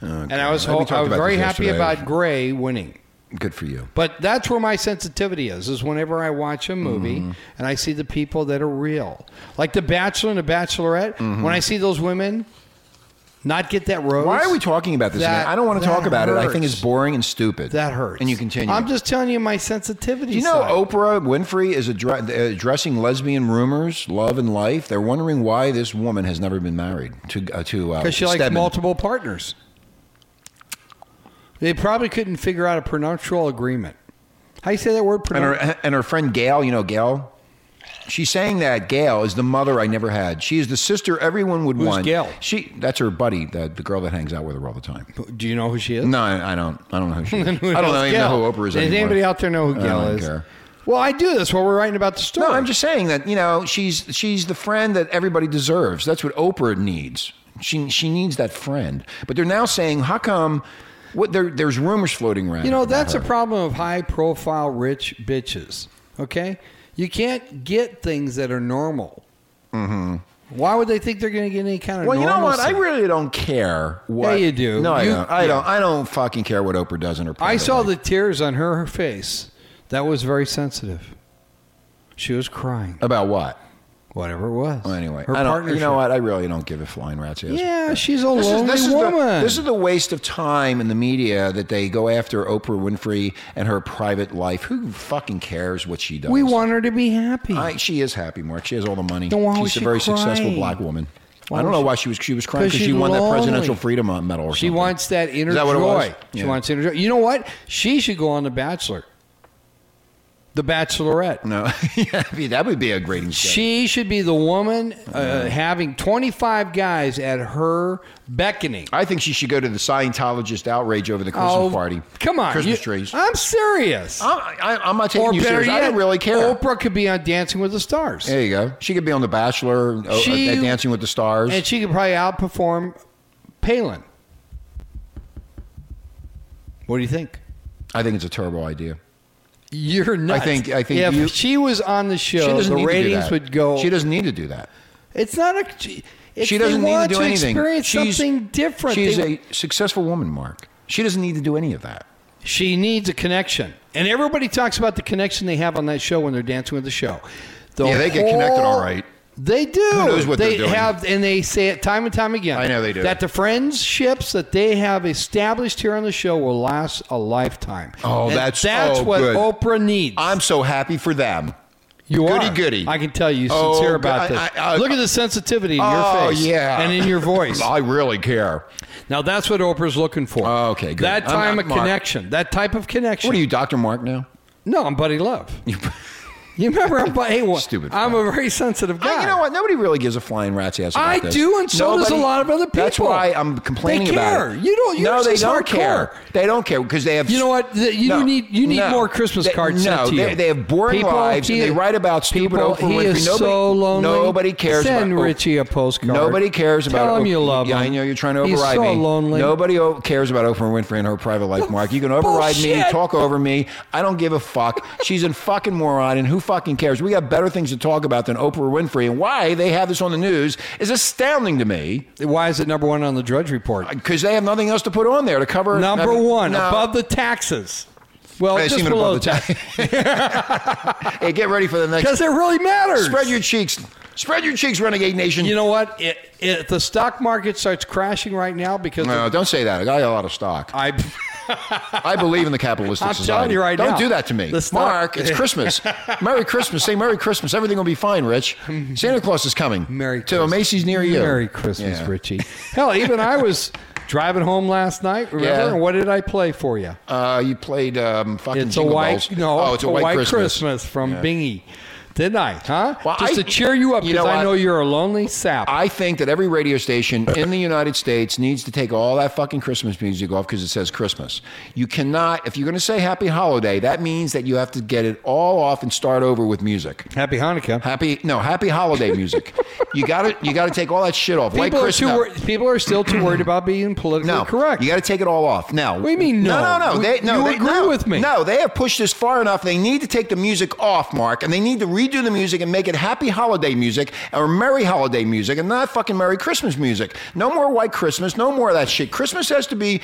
E: and I was
D: I think we
E: ho-
D: talked
E: I was
D: about
E: very
D: this
E: happy
D: yesterday.
E: about Gray winning.
D: Good for you.
E: But that's where my sensitivity is, is whenever I watch a movie
D: Mm-hmm.
E: and I see the people that are real. Like The Bachelor and The Bachelorette, when I see those women not get that
D: Mm-hmm.
E: rose.
D: Why are we talking about this?
E: That-
D: again? I don't want to
E: that
D: talk about it. I think
E: hurts.
D: it's boring and stupid.
E: That hurts.
D: And you continue.
E: I'm just telling you my sensitivity.
D: Do you know
E: side.
D: Oprah Winfrey is addre- addressing lesbian rumors, love, and life? They're wondering why this woman has never been married to uh, to uh,
E: Because she likes
D: Stedman.
E: multiple partners. They probably couldn't figure out a prenuptial agreement. How you say that word?
D: And
E: Prenuptial?
D: her and her friend Gail, you know Gail. She's saying that Gail is the mother I never had. She is the sister everyone would
E: Who's
D: want.
E: Gail?
D: She that's her buddy, the, the girl that hangs out with her all the time.
E: Do you know who she is?
D: No, I, I don't. I don't know who she is. I
E: Who
D: don't know,
E: knows
D: even know
E: Gail?
D: who Oprah is
E: Does
D: anymore.
E: anybody out there know who
D: I
E: Gail
D: don't
E: is?
D: care.
E: Well, I do this while we're writing about the story.
D: No, I'm just saying that you know she's she's the friend that everybody deserves. That's what Oprah needs. She she needs that friend. But they're now saying, how come? What there, there's rumors floating around.
E: You know,
D: about
E: that's a
D: her.
E: problem of high profile rich bitches. Okay? You can't get things that are normal. Mm-hmm. Why would they think they're going to get any kind of
D: Well, you know what? I
E: normalcy?
D: really don't care. What,
E: you do.
D: No, I
E: You-
D: don't. I
E: yeah.
D: don't. I don't fucking care what Oprah does in her.
E: I
D: private
E: saw
D: life.
E: the tears on her, her face. That was very sensitive. She was crying.
D: about what.
E: Whatever it was.
D: Well, anyway,
E: her
D: I don't,
E: partnership.
D: you know what? I really don't give a flying rat's ass.
E: Yeah, she's a
D: This is-
E: lonely
D: this is the-
E: woman.
D: this is the waste of time in the media that they go after Oprah Winfrey and her private life. Who fucking cares what she does?
E: we want her to be happy.
D: I, she is happy, Mark. She has all the money.
E: Then why was
D: She's a
E: she
D: very successful
E: crying?
D: black woman.
E: Why
D: I don't
E: was
D: know
E: she-
D: why she was she was crying
E: 'Cause
D: because she
E: she's
D: won that
E: lonely.
D: Presidential Freedom Medal. Or
E: she
D: something.
E: wants that inner
D: Is that what it
E: joy.
D: was?
E: She
D: Yeah.
E: wants inner joy. You know what? She should go on The Bachelor, The Bachelorette.
D: No, Yeah, that would be a grading. scale.
E: She should be the woman uh, having 25 guys at her beckoning. Oh,
D: I think she should go to the Scientologist outrage over the Christmas party.
E: Come on.
D: Christmas
E: you-
D: trees.
E: I'm serious.
D: I, I, I'm not taking you
E: better
D: serious. I don't
E: yet,
D: really care.
E: Oprah could be on Dancing with the Stars.
D: There you go. She could be on The Bachelor, uh,
E: She-
D: uh, Dancing with the Stars.
E: and she could probably outperform Palin. What do you think?
D: I think it's a terrible idea.
E: You're nuts.
D: think- I think
E: if
D: you-
E: she was on the
D: She
E: show,
D: doesn't
E: the
D: need to do
E: ratings
D: that.
E: would go.
D: She doesn't need to do that.
E: It's not a. She, it's
D: she doesn't
E: they
D: need to
E: want
D: do anything.
E: Experience
D: She's-
E: something different.
D: She's
E: They-
D: a successful woman, Mark. She doesn't need to do any of that.
E: She needs a connection. And everybody talks about the connection they have on that show when they're dancing with the show. The
D: Yeah, they get connected all right.
E: They do.
D: Who knows what
E: they
D: they're doing?
E: have, and they say it time and time again.
D: I know they do.
E: That the friendships that they have established here on the show will last a lifetime.
D: Oh,
E: And
D: that's-
E: that's
D: oh,
E: what
D: good.
E: Oprah needs.
D: I'm so happy for them.
E: you
D: goody
E: are
D: goody.
E: I can tell you
D: Oh,
E: sincere
D: good.
E: about
D: I-
E: this.
D: I- I-
E: Look at the sensitivity in
D: oh
E: your face,
D: yeah,
E: and in your voice.
D: I really care.
E: now that's what Oprah's looking for.
D: Oh, okay, good.
E: That
D: I'm
E: time
D: not-
E: of
D: Mark-
E: connection. That type of connection.
D: What are you, Doctor Mark? Now
E: No, I'm Buddy Love. You remember I'm Buddy? Hey, what?
D: Stupid
E: I'm
D: fuck.
E: a very sensitive guy.
D: I- you know what? Nobody really gives a flying rat's ass. About
E: I
D: this.
E: do, and so does a
D: Nobody-
E: lot of other people.
D: That's why I'm complaining
E: They
D: about
E: care.
D: it.
E: You don't-
D: No,
E: yours
D: they
E: is
D: don't
E: hardcore.
D: care. They don't care because they have.
E: You know what? The- you need- you need more Christmas
D: They-
E: cards
D: No,
E: sent to you.
D: they, they have boring
E: People,
D: lives.
E: he-
D: and they write about stupid
E: people,
D: Oprah
E: he
D: Winfrey.
E: is
D: nobody,
E: so lonely.
D: Nobody cares.
E: Send
D: about,
E: Richie a postcard.
D: Nobody cares about.
E: Tell him
D: Oprah-
E: you love
D: Yeah, I
E: him.
D: know you're trying to
E: He's
D: override
E: so
D: me.
E: lonely.
D: Nobody o- cares about Oprah Winfrey and her private life, Mark. You can override me,
E: Bullshit.
D: talk over me. I don't give a fuck. She's a fucking moron, and who fucking cares? We have better things to talk about than Oprah Winfrey, and why they have this on the news is astounding to me
E: Why is it number one on the Drudge Report?
D: because they have nothing else to put on there to cover.
E: number
D: I mean,
E: one
D: no.
E: above the taxes. Well,
D: I
E: just
D: assume it
E: below
D: above the
E: that.
D: Hey, get ready for the next.
E: Because it really matters.
D: Spread your cheeks. Spread your cheeks, Renegade Nation.
E: You know what? It, it, the stock market starts crashing right now because
D: no,
E: of,
D: don't say that. I got a lot of stock.
E: I.
D: I believe in the capitalistic
E: I'm telling
D: society.
E: you right
D: Don't
E: now.
D: do that to me.
E: The stock-
D: Mark, it's Christmas. Merry Christmas. Say Merry Christmas. Everything will be fine, Rich. Santa Claus is coming.
E: Merry
D: to
E: Christmas.
D: a Macy's near you.
E: Merry Christmas,
D: Yeah.
E: Richie. Hell, even I was driving home last night. Remember?
D: Yeah.
E: And what did I play for you?
D: Uh, you played um, fucking
E: it's a
D: Jingle
E: white
D: Bells.
E: no.
D: oh, it's a, white, Christmas.
E: from Bingy. Didn't I? Huh?
D: Well,
E: Just
D: I-
E: to cheer you up
D: you
E: because
D: know
E: I
D: what?
E: know you're a lonely sap.
D: I think that every radio station in the United States needs to take all that fucking Christmas music off because it says Christmas. You cannot, if you're going to say Happy Holiday, that means that you have to get it all off and start over with music.
E: Happy Hanukkah.
D: Happy no, happy holiday music. you got to you got to take all that shit off. White
E: People are,
D: Christmas.
E: too
D: no.
E: wor- people are still too worried about being politically
D: No,
E: correct.
D: You got to take it all off now.
E: What do you mean,
D: No,
E: no?
D: no, no.
E: We-
D: They, no
E: you
D: they-
E: agree
D: no.
E: with me.
D: No, they have pushed this far enough. They need to take the music off, Mark, and they need to redo the music and make it happy holiday music or merry holiday music, and not fucking merry Christmas music. No more white Christmas. No more of that shit. Christmas has to be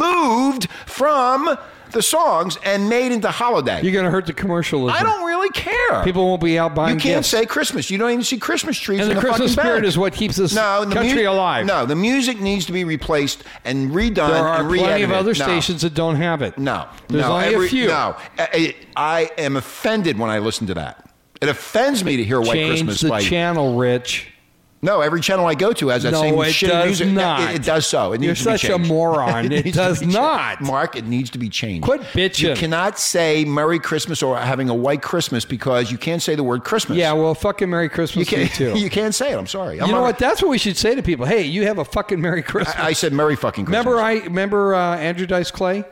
D: removed from the songs and made into holiday.
E: You're going to hurt the commercialism.
D: I don't really care.
E: People won't be out buying
D: You can't
E: gifts.
D: say Christmas. You don't even see Christmas trees.
E: And
D: in
E: the Christmas
D: fucking
E: spirit
D: bag.
E: is what keeps this
D: the
E: country
D: mu-
E: alive.
D: No, the music needs to be replaced and redone.
E: There are
D: and
E: plenty of
D: re-edited.
E: other
D: No.
E: stations that don't have it.
D: No,
E: There's
D: no,
E: only
D: every-
E: a few.
D: No, I, I I am offended when I listen to that. It offends me to hear White
E: Change
D: Christmas
E: the
D: by
E: channel, Rich.
D: no. Every channel I go to has that
E: no,
D: same
E: it
D: shitty
E: does
D: music. No,
E: not.
D: It, it does so. It
E: You're
D: needs
E: such
D: to
E: a
D: be changed.
E: moron. It
D: needs to
E: does
D: be changed.
E: not.
D: Mark. It needs to be changed.
E: Quit
D: You
E: bitching.
D: cannot say Merry Christmas or having a White Christmas because you can't say the word Christmas.
E: Yeah, well, fucking Merry Christmas
D: you
E: to you
D: can't.
E: too.
D: You can't say it. I'm sorry. I'm
E: You know
D: not-
E: what? That's what we should say to people. Hey, you have a fucking Merry Christmas.
D: I, I said Merry fucking Christmas.
E: remember, I remember uh, Andrew Dice Clay.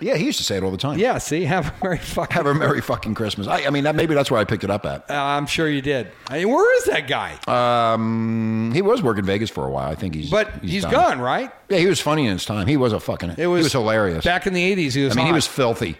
D: Yeah, he used to say it all the time.
E: Yeah, see, have a merry fucking.
D: Have a merry fucking Christmas. I, I mean, that, maybe that's where I picked it up at.
E: Uh, I'm sure you did. I mean, where is that guy?
D: Uh, Um, he was working Vegas for a while. I think he's
E: but
D: he's,
E: he's
D: done.
E: gone, right?
D: Yeah, he was funny in his time. He was a fucking.
E: It was,
D: he was hilarious.
E: back in the '80s. He was.
D: I mean, he
E: hot.
D: was filthy.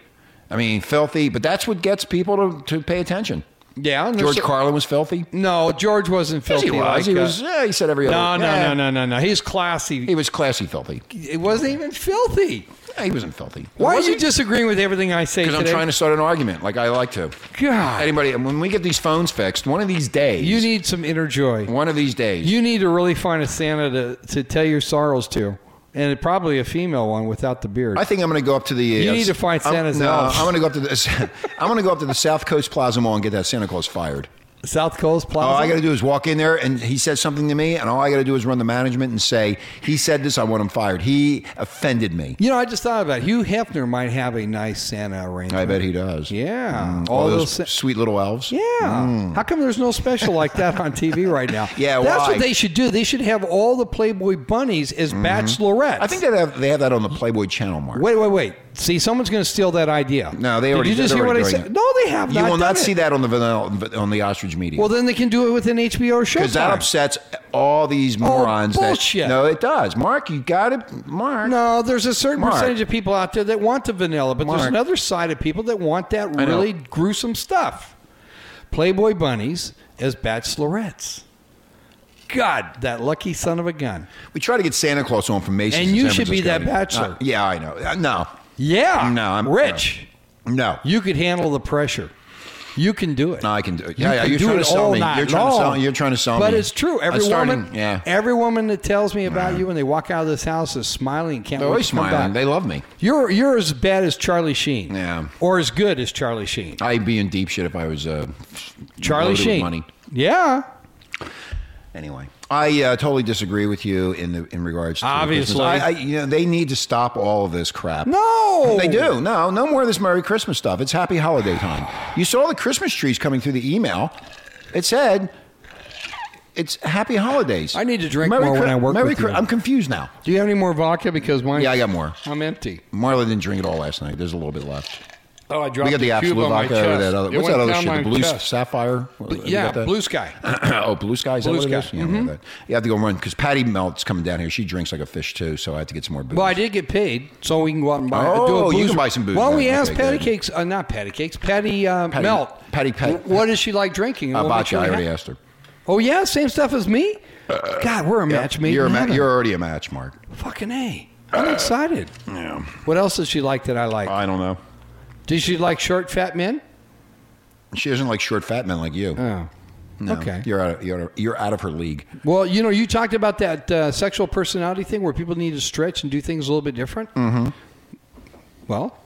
D: I mean, filthy. But that's what gets people to, to pay attention.
E: Yeah, and
D: George
E: there's-
D: Carlin was filthy.
E: No, George wasn't
D: Yes,
E: filthy.
D: he was.
E: like,
D: he
E: uh,
D: was. Yeah, he said every
E: No,
D: other.
E: no,
D: yeah.
E: no, no, no, no. He's classy.
D: He was classy filthy.
E: it wasn't even filthy.
D: Yeah, he wasn't filthy.
E: Why are
D: Was
E: you
D: he?
E: disagreeing with everything I say?
D: Because I'm
E: today?
D: trying to start an argument, like I like to.
E: God,
D: Anybody, and when we get these phones fixed, one of these days,
E: you need some inner joy.
D: one of these days,
E: You need to really find a Santa to, to tell your sorrows to, and probably a female one without the beard.
D: I think I'm going to go up to the. uh,
E: You need to find Santa's
D: I'm, no,
E: elf.
D: I'm going to go up to the. I'm going to go up to the South Coast Plaza Mall and get that Santa Claus fired.
E: South Coast Plaza.
D: All Oh, I got to do is walk in there, and he said something to me, and all I got to do is run the management and say he said this. I want him fired. He offended me.
E: You know, I just thought about it. Hugh Hefner might have a nice Santa arrangement.
D: I bet he does.
E: Yeah,
D: All, those,
E: Sa-
D: sweet little elves.
E: yeah. How come there's no special like that on TV right now?
D: Mm. Yeah,
E: that's
D: why? Mm-hmm.
E: what they should do. They should have all the Playboy bunnies as bachelorettes.
D: I think they have, they have that on the Playboy Channel, Mark.
E: Wait, wait, wait. See, someone's going to steal that idea.
D: No, they
E: Did
D: already.
E: you just
D: they're
E: hear what I
D: already doing
E: said?
D: it.
E: No, they have
D: You
E: not.
D: will
E: done
D: not
E: it.
D: see that on the vanilla, on the ostrich media.
E: Well, then they can do it with an HBO show.
D: because that upsets all these morons. that-
E: Oh, bullshit.
D: no, it does. Mark, you got it. Mark.
E: No, there's a certain
D: Mark.
E: percentage of people out there that want the vanilla, but
D: Mark.
E: there's another side of people that want that
D: know.
E: really gruesome stuff. Playboy bunnies as bachelorettes. God, that lucky son of a gun.
D: We try to get Santa Claus on from Macy's.
E: And
D: in
E: you
D: San
E: should be
D: Francisco.
E: that bachelor.
D: Uh, yeah, I know. Uh, no,
E: Yeah.
D: No, I'm- uh,
E: rich.
D: no.
E: You could handle the pressure. You can do it.
D: No, I can do it. Yeah, yeah,
E: can
D: you're
E: do
D: trying to
E: it
D: sell
E: all
D: me.
E: night
D: You're trying to
E: long.
D: sell- you're trying to sell
E: but
D: me.
E: it's true.
D: I'm
E: Every
D: starting-
E: woman,
D: yeah.
E: every woman that tells me about you when they walk out of this house is smiling. and Can't
D: They're
E: wait
D: always
E: to come
D: smiling.
E: back.
D: They love me.
E: You're you're as bad as Charlie Sheen.
D: Yeah.
E: Or as good as Charlie Sheen.
D: I'd be in deep shit if I was uh,
E: Charlie
D: loaded with
E: Sheen.
D: money.
E: Yeah.
D: Anyway, I uh, totally disagree with you in the in regards to the
E: Obviously.
D: Christmas. I, I, you know, they need to stop all of this crap.
E: No.
D: They do. No, no more of this Merry Christmas stuff. It's happy holiday time. You saw the Christmas trees coming through the email. It said it's happy holidays.
E: I need to drink
D: Merry
E: more when I work
D: Merry
E: with you.
D: I'm confused now.
E: Do you have any more vodka? Because mine.
D: Yeah, I got more.
E: I'm empty.
D: Marla didn't drink it all last night. There's a little bit left.
E: Oh, I dropped.
D: We got the
E: a cube
D: absolute
E: on my
D: vodka or
E: chest.
D: that
E: It
D: other. What's
E: went
D: that other
E: down
D: shit? The
E: my
D: blue
E: chest.
D: sapphire. You
E: Yeah,
D: got that?
E: blue sky.
D: oh, blue sky. Is
E: Blue
D: that what it is?
E: Sky.
D: Yeah, I know that. You have to go run because Patty Melt's coming down here. She drinks like a fish too, so I had to get some more booze. Uh,
E: Well, I did get paid, so we can go out and buy.
D: Oh,
E: do a
D: you
E: booze-
D: can buy some booze
E: Why don't
D: then.
E: we ask
D: Okay,
E: Patty
D: good.
E: Cakes? Uh, not Patty Cakes. Patty, uh,
D: Patty-
E: Melt.
D: Patty- Patty-
E: W- What does she like drinking?
D: uh,
E: What makes
D: vodka.
E: her
D: I already
E: happy?
D: asked her.
E: Oh yeah, same stuff as me. God, we're a match made.
D: You're a
E: in
D: ma-
E: heaven.
D: you're already a match, Mark.
E: fucking a. I'm excited.
D: Yeah. Uh,
E: What else does she like that I like?
D: I don't know.
E: Does she like short, fat men?
D: She doesn't like short, fat men like you.
E: Oh.
D: No,
E: Okay.
D: You're out, of, you're, out of, you're out of her league.
E: Well, you know, you talked about that uh, sexual personality thing where people need to stretch and do things a little bit different. Mm-hmm. Well,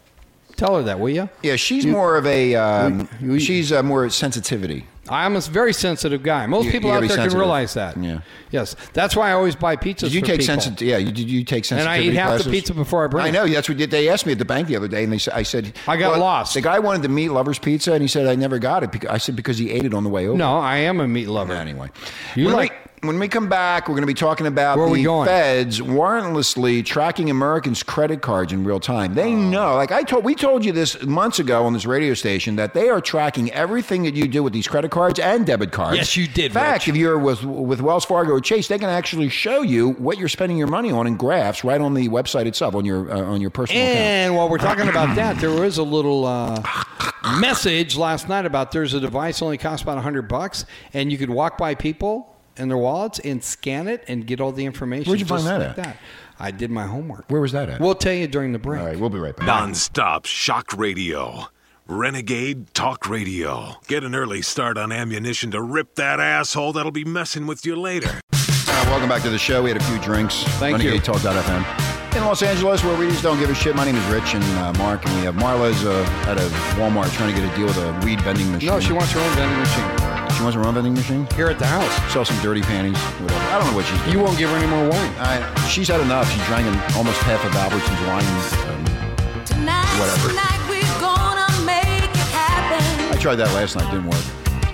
E: tell her that, will you?
D: Yeah, she's more of a. Um,
E: you-
D: she's uh, more sensitivity.
E: I'm a very sensitive guy. Most
D: You-
E: people
D: you
E: out
D: gotta
E: there
D: be sensitive.
E: can realize that.
D: Yeah.
E: Yes, that's why I always buy pizzas.
D: Did you
E: for
D: take
E: people.
D: sensitive? Yeah, you, did you take
E: I
D: sensitivity
E: eat half the
D: classes?
E: pizza before I bring
D: I
E: it.
D: know that's what they asked me at the bank the other day, and they said, "I said
E: I got
D: well,
E: lost.
D: The guy wanted the meat lovers pizza, and he said I never got it. Because, I said because he ate it on the way over.
E: No, I am a meat lover.
D: anyway.
E: You
D: when
E: like-
D: we, when we come back, we're going to be talking about
E: Where are
D: the
E: we going?
D: feds warrantlessly tracking Americans' credit cards in real time. They know, like I told, we told you this months ago on this radio station that they are tracking everything that you do with these credit cards and debit cards.
E: Yes, you did,
D: In fact, if
E: Rich.
D: you're with with Wells Fargo or Chase, they can actually show you what you're spending your money on in graphs right on the website itself on your uh, on your personal account.
E: And while we're talking about that, there was a little uh, message last night about there's a device only costs about hundred bucks, and you could walk by people and their wallets and scan it and get all the information.
D: Where'd you
E: just
D: find that
E: like
D: at?
E: That. I did my homework.
D: Where was that at?
E: We'll tell you during the break.
D: All right, we'll be right back.
B: Nonstop shock radio. Renegade Talk Radio. Get an early start on ammunition to rip that asshole that'll be messing with you later.
D: Uh, welcome back to the show. We had a few drinks.
E: Thank you.
D: RenegadeTalk.fm. In Los Angeles, where we just don't give a shit. My name is Rich and uh, Mark, and we have Marla's uh, at a Walmart trying to get a deal with a weed vending machine.
E: No, she wants her own vending machine
D: she wants her own vending machine.
E: here at the house.
D: Sell some dirty panties, whatever. I don't know what she's doing.
E: You won't give her any more wine.
D: I, she's had enough. She drank an, almost half of Albertson's wine. Um,
G: Tonight,
D: Whatever.
G: tonight we're gonna make it happen.
D: I tried that last night. Didn't work.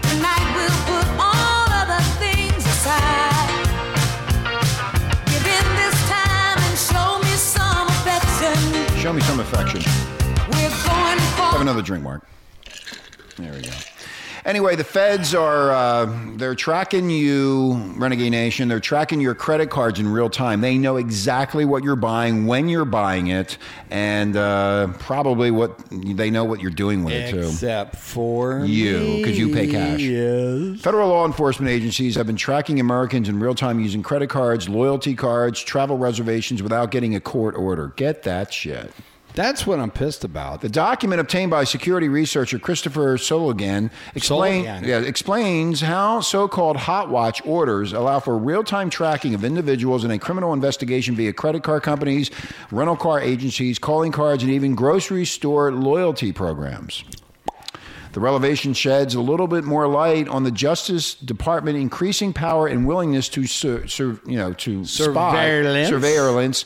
G: Tonight we'll put all other things aside. Give in this time and show me some affection.
D: Show me some affection.
G: We're going for
D: Have another drink, Mark. There we go. Anyway, the feds are uh, they're tracking you, Renegade Nation. They're tracking your credit cards in real time. They know exactly what you're buying, when you're buying it, and uh, probably what they know what you're doing with it too.
E: Except for
D: You,
E: me.
D: 'cause you pay cash.
E: Yes.
D: Federal law enforcement agencies have been tracking Americans in real time using credit cards, loyalty cards, travel reservations without getting a court order. Get that shit.
E: That's what I'm pissed about.
D: The document obtained by security researcher Christopher Soligan explain,
E: Soligan.
D: yeah, explains how so called hot watch orders allow for real time tracking of individuals in a criminal investigation via credit card companies, rental car agencies, calling cards, and even grocery store loyalty programs. The revelation sheds a little bit more light on the Justice Department increasing power and willingness to sur- sur- you know to
E: Surveillance.
D: spy, surveillance,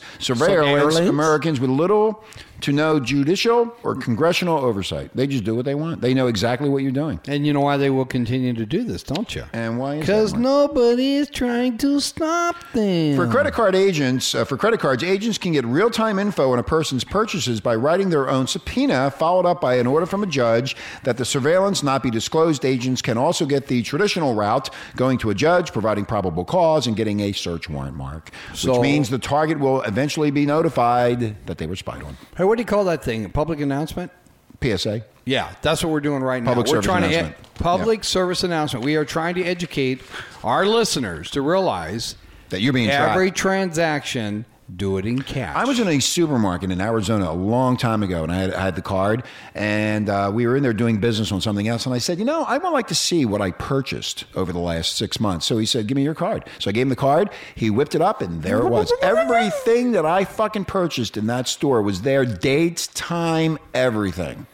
D: surveillance,
E: Surveillance.
D: Americans with little to no judicial or congressional oversight. They just do what they want. They know exactly what you're doing.
E: And you know why they will continue to do this, don't you?
D: And why is that,
E: Because
D: Mark?
E: nobody is trying to stop them.
D: For credit card agents, uh, for credit cards, agents can get real-time info on a person's purchases by writing their own subpoena, followed up by an order from a judge that the surveillance not be disclosed. Agents can also get the traditional route, going to a judge, providing probable cause, and getting a search warrant. Mark, which
E: So-
D: means the target will eventually be notified that they were spied on.
E: Hey, what do you call that thing? A public announcement?
D: PSA.
E: Yeah, that's what we're doing right now.
D: Public
E: we're
D: service
E: trying To
D: announcement.
E: e- public service announcement. We are trying to educate our listeners to realize
D: That you're being tracked.
E: every transaction, do it in cash.
D: I was in a supermarket in Arizona a long time ago, and I had, I had the card, and uh, we were in there doing business on something else. And I said, you know, I would like to see what I purchased over the last six months. So he said, give me your card. So I gave him the card. He whipped it up, and there it was. everything that I fucking purchased in that store was there. Dates, time, everything,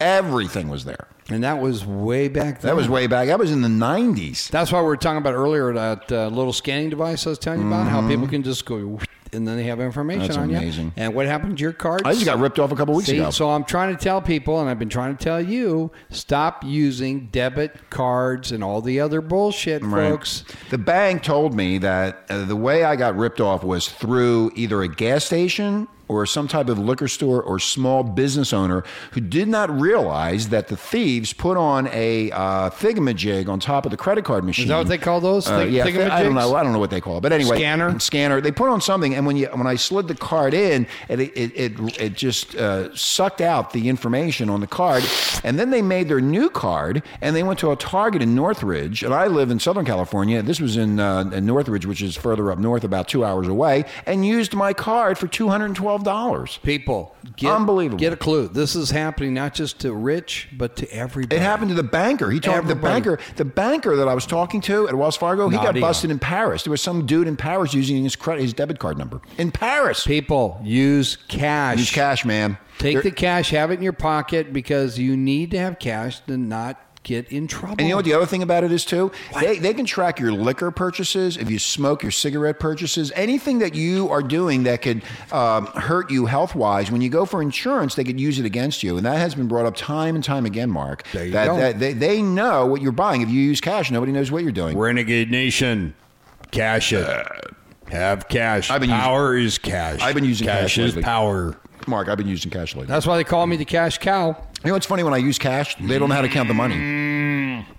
D: everything was there.
E: and that was way back then.
D: That was way back. That was in the nineties.
E: That's why we were talking about earlier that uh, little scanning device I was telling you about, how people can just go and then they have information
D: Mm-hmm. That's
E: on
D: amazing.
E: you. And what happened to your cards?
D: I just got ripped off a couple weeks
E: See,
D: ago.
E: so I'm trying to tell people, and I've been trying to tell you, stop using debit cards and all the other bullshit,
D: Right.
E: folks.
D: The bank told me that uh, the way I got ripped off was through either a gas station or some type of liquor store or small business owner who did not realize that the thieves put on a uh, thingamajig on top of the credit card machine.
E: what they call those?
D: Uh,
E: Thing-
D: yeah, I don't
E: thingamajigs?
D: know. I don't know what they call it, but anyway,
E: Scanner?
D: scanner. They put on something, and when you when I slid the card in, it it it, it just uh, sucked out the information on the card, and then they made their new card, and they went to a Target in Northridge, and I live in Southern California. This was in, uh, in Northridge, which is further up north, about two hours away, and used my card for two hundred and twelve twelve dollars.
E: People, get,
D: Unbelievable.
E: Get a clue. This is happening not just to rich, but to everybody.
D: It happened to the banker. He told the
E: Everybody.
D: banker, the banker that I was talking to at Wells Fargo, he
E: Naughty.
D: got busted in Paris. There was some dude in Paris using his credit, his debit card number in Paris.
E: People use cash.
D: Use cash, man.
E: Take
D: There-
E: the cash, have it in your pocket because you need to have cash to not get in trouble.
D: And you know what the other thing about it is too? They, they can track your liquor purchases, if you smoke, your cigarette purchases, anything that you are doing that could um, hurt you health wise. When you go for insurance, they could use it against you, and that has been brought up time and time again, Mark.
E: There you
D: that,
E: go.
D: that they, they know what you're buying. If you use cash, nobody knows what you're doing.
E: Renegade Nation, cash it. have cash.
D: Uh, I've been using-
E: power is cash.
D: I've been using cash
E: is
D: lately.
E: power.
D: Mark, I've been using cash lately.
E: That's why they call me the cash cow.
D: You know what's funny? When I use cash, they don't know how to count the money.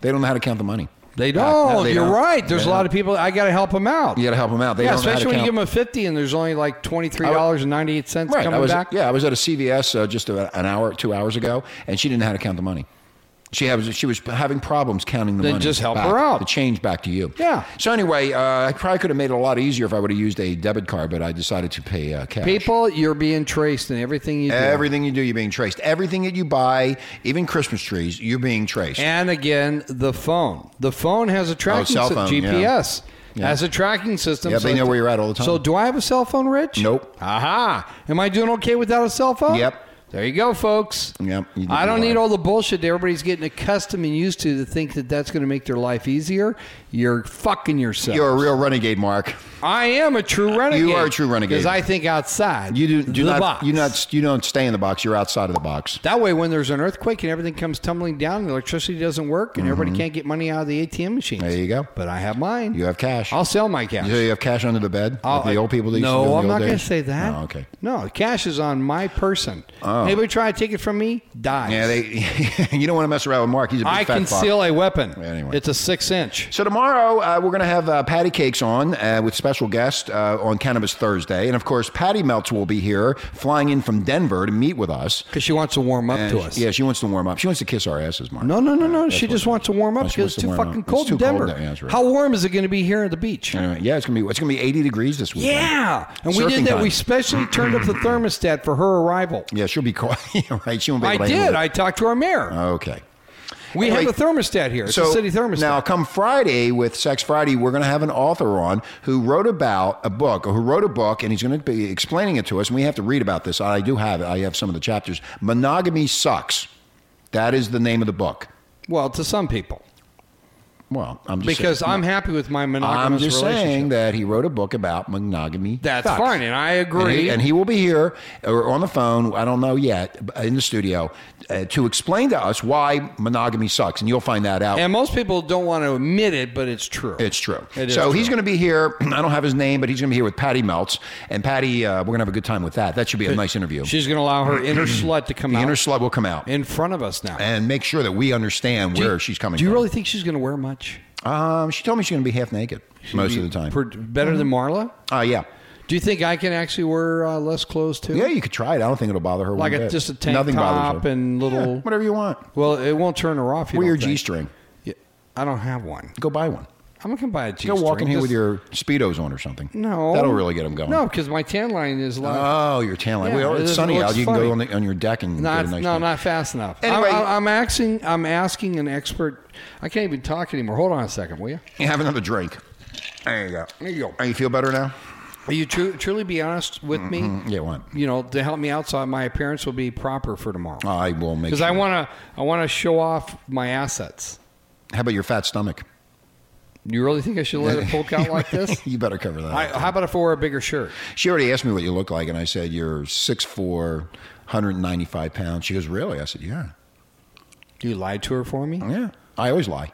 D: They don't know how to count the money.
E: Mm. They
D: No,
E: don't.
D: no, they
E: You're
D: don't.
E: right. There's
D: They
E: a lot
D: don't.
E: of people. I got to help them out.
D: You got to help them out. They
E: yeah,
D: don't know how to
E: especially when you
D: count.
E: give them a fifty and there's only like twenty three dollars and ninety eight cents
D: Right,
E: coming
D: I was,
E: back.
D: Yeah, I was at a CVS uh, just about an hour, two hours ago, and she didn't know how to count the money. She has, she was having problems counting the
E: Then
D: money.
E: just help
D: back,
E: her out.
D: The change back to you.
E: Yeah.
D: So anyway, uh, I probably could have made it a lot easier if I would have used a debit card, but I decided to pay uh, cash.
E: People, you're being traced in everything you do.
D: Everything you do, you're being traced. Everything that you buy, even Christmas trees, you're being traced.
E: And again, the phone. The phone has a
D: Oh,
E: tracking
D: cell
E: system.
D: phone, yeah.
E: GPS
D: Yeah.
E: has a tracking system.
D: Yeah, they know
E: it-
D: where you're at all the time.
E: So, do I have a cell phone, Rich?
D: Nope.
E: Aha. Am I doing okay without a cell phone?
D: Yep.
E: There you go, folks.
D: Yep, you did
E: I don't
D: right.
E: need all the bullshit that everybody's getting accustomed and used to to think that that's going to make their life easier. You're fucking yourself.
D: you're a real renegade, Mark.
E: I am a true renegade.
D: are a true renegade.
E: Because I think outside.
D: You do, do
E: the
D: not
E: box.
D: you not you don't stay in the box. You're outside of the box.
E: That way, when there's an earthquake and everything comes tumbling down, and electricity doesn't work, and everybody can't get money out of the ATM machines.
D: There you go.
E: But I have mine.
D: Mm-hmm. You have cash.
E: I'll sell my cash.
D: You, you have cash under the bed.
E: I'll-
D: like the old people. That used to do in
E: Oh, no,
D: the
E: I'm
D: old
E: not going to
D: days?
E: say that.
D: No, okay. Oh.
E: No, cash is on my person. Anybody try to take it from me, dies.
D: Yeah, they, you don't want to mess around with Mark. He's a big
E: I
D: fat
E: can
D: fuck.
E: steal a weapon.
D: Anyway.
E: It's a six inch.
D: So tomorrow uh, we're going to have uh, Patty Cakes on uh, with special guest uh, on Cannabis Thursday, and of course Patty Melts will be here, flying in from Denver to meet with us.
E: Because she wants to warm up
D: And
E: to
D: she-
E: us.
D: Yeah, she wants to warm up. She wants to kiss our asses, Mark.
E: No, no, no, no.
D: That's
E: She
D: what
E: just wants to warm up
D: Oh, she
E: because
D: wants to
E: it's too
D: warm up.
E: fucking
D: It's
E: cold
D: too
E: in Denver.
D: there. Yeah, that's right.
E: How warm is it going to be here at the beach?
D: Anyway, yeah, it's gonna be it's gonna be 80 degrees this weekend.
E: Yeah. And we
D: Surfing
E: did that.
D: time.
E: We specially turned up the thermostat for her arrival.
D: yeah, she'll be cold. Yeah, right, she won't be.
E: I
D: able to handle
E: did.
D: it.
E: I talked to our mayor.
D: okay.
E: we
D: Uh, anyway,
E: have a thermostat here. It's a city thermostat.
D: Now, come Friday with Sex Friday, we're going to have an author on who wrote about a book, or who wrote a book, and he's going to be explaining it to us. And we have to read about this. I do have it. I have some of the chapters. Monogamy sucks. That is the name of the book.
E: well, to some people.
D: Well, I'm just
E: Because
D: saying,
E: I'm happy with my monogamous
D: I'm just
E: relationship.
D: saying that he wrote a book about monogamy.
E: That's
D: sucks.
E: fine, and I agree.
D: And he, and he will be here or on the phone. I don't know yet in the studio uh, to explain to us why monogamy sucks, and you'll find that out.
E: And most people don't want to admit it, but it's true.
D: It's true.
E: It is
D: so he's
E: true.
D: going to be here. I don't have his name, but he's going to be here with Patty Melts. And Patty, uh, we're going to have a good time with that. That should be a nice interview.
E: She's going to allow her inner slut to come
D: the
E: out
D: inner slut will come out
E: in front of us now.
D: and make sure that we understand
E: Do you-
D: where she's coming
E: Do you
D: from.
E: really think she's going to wear much?
D: um, she told me she's going to be half naked most of the time.
E: Per- better than Marla?
D: uh, yeah.
E: Do you think I can actually wear uh, less clothes too?
D: Yeah, you could try it. I don't think it'll bother her.
E: Like
D: one
E: a-
D: bit.
E: just a tank
D: Nothing bothers
E: top
D: her.
E: and little-
D: Yeah, whatever you want.
E: Well, it won't turn her off. You
D: Wear your
E: don't think.
D: G string.
E: Yeah, I don't have one.
D: Go buy one.
E: I'm going to buy a G
D: Go
E: string.
D: walk in here with your Speedos on or something.
E: No.
D: That'll really get them going.
E: No, because my tan line is like.
D: Oh, your tan line.
E: Yeah,
D: well,
E: it
D: it's
E: doesn't-
D: sunny
E: it looks
D: out. You can
E: funny.
D: go on, the, on your deck and
E: Not,
D: get a nice
E: no,
D: tan.
E: not fast enough.
D: Anyway-
E: I'm, I'm asking. I'm asking an expert. I can't even talk anymore. Hold on a second, will you?
D: And have another drink. There you go.
E: There you go.
D: And you feel better now?
E: Will you tru- truly be honest with me?
D: Mm-hmm, Yeah, what?
E: You know, to help me out, so my appearance will be proper for tomorrow.
D: I will Oh, make.
E: Because
D: Sure.
E: I want to, I want to show off my assets.
D: How about your fat stomach?
E: You really think I should let it poke out like this?
D: you better cover that.
E: I,
D: up.
E: how about if I wear a bigger shirt?
D: she already asked me what you look like, and I said you're 6'4", 195 pounds. She goes, really? I said, yeah,
E: You lied to her for me.
D: yeah. I always lie.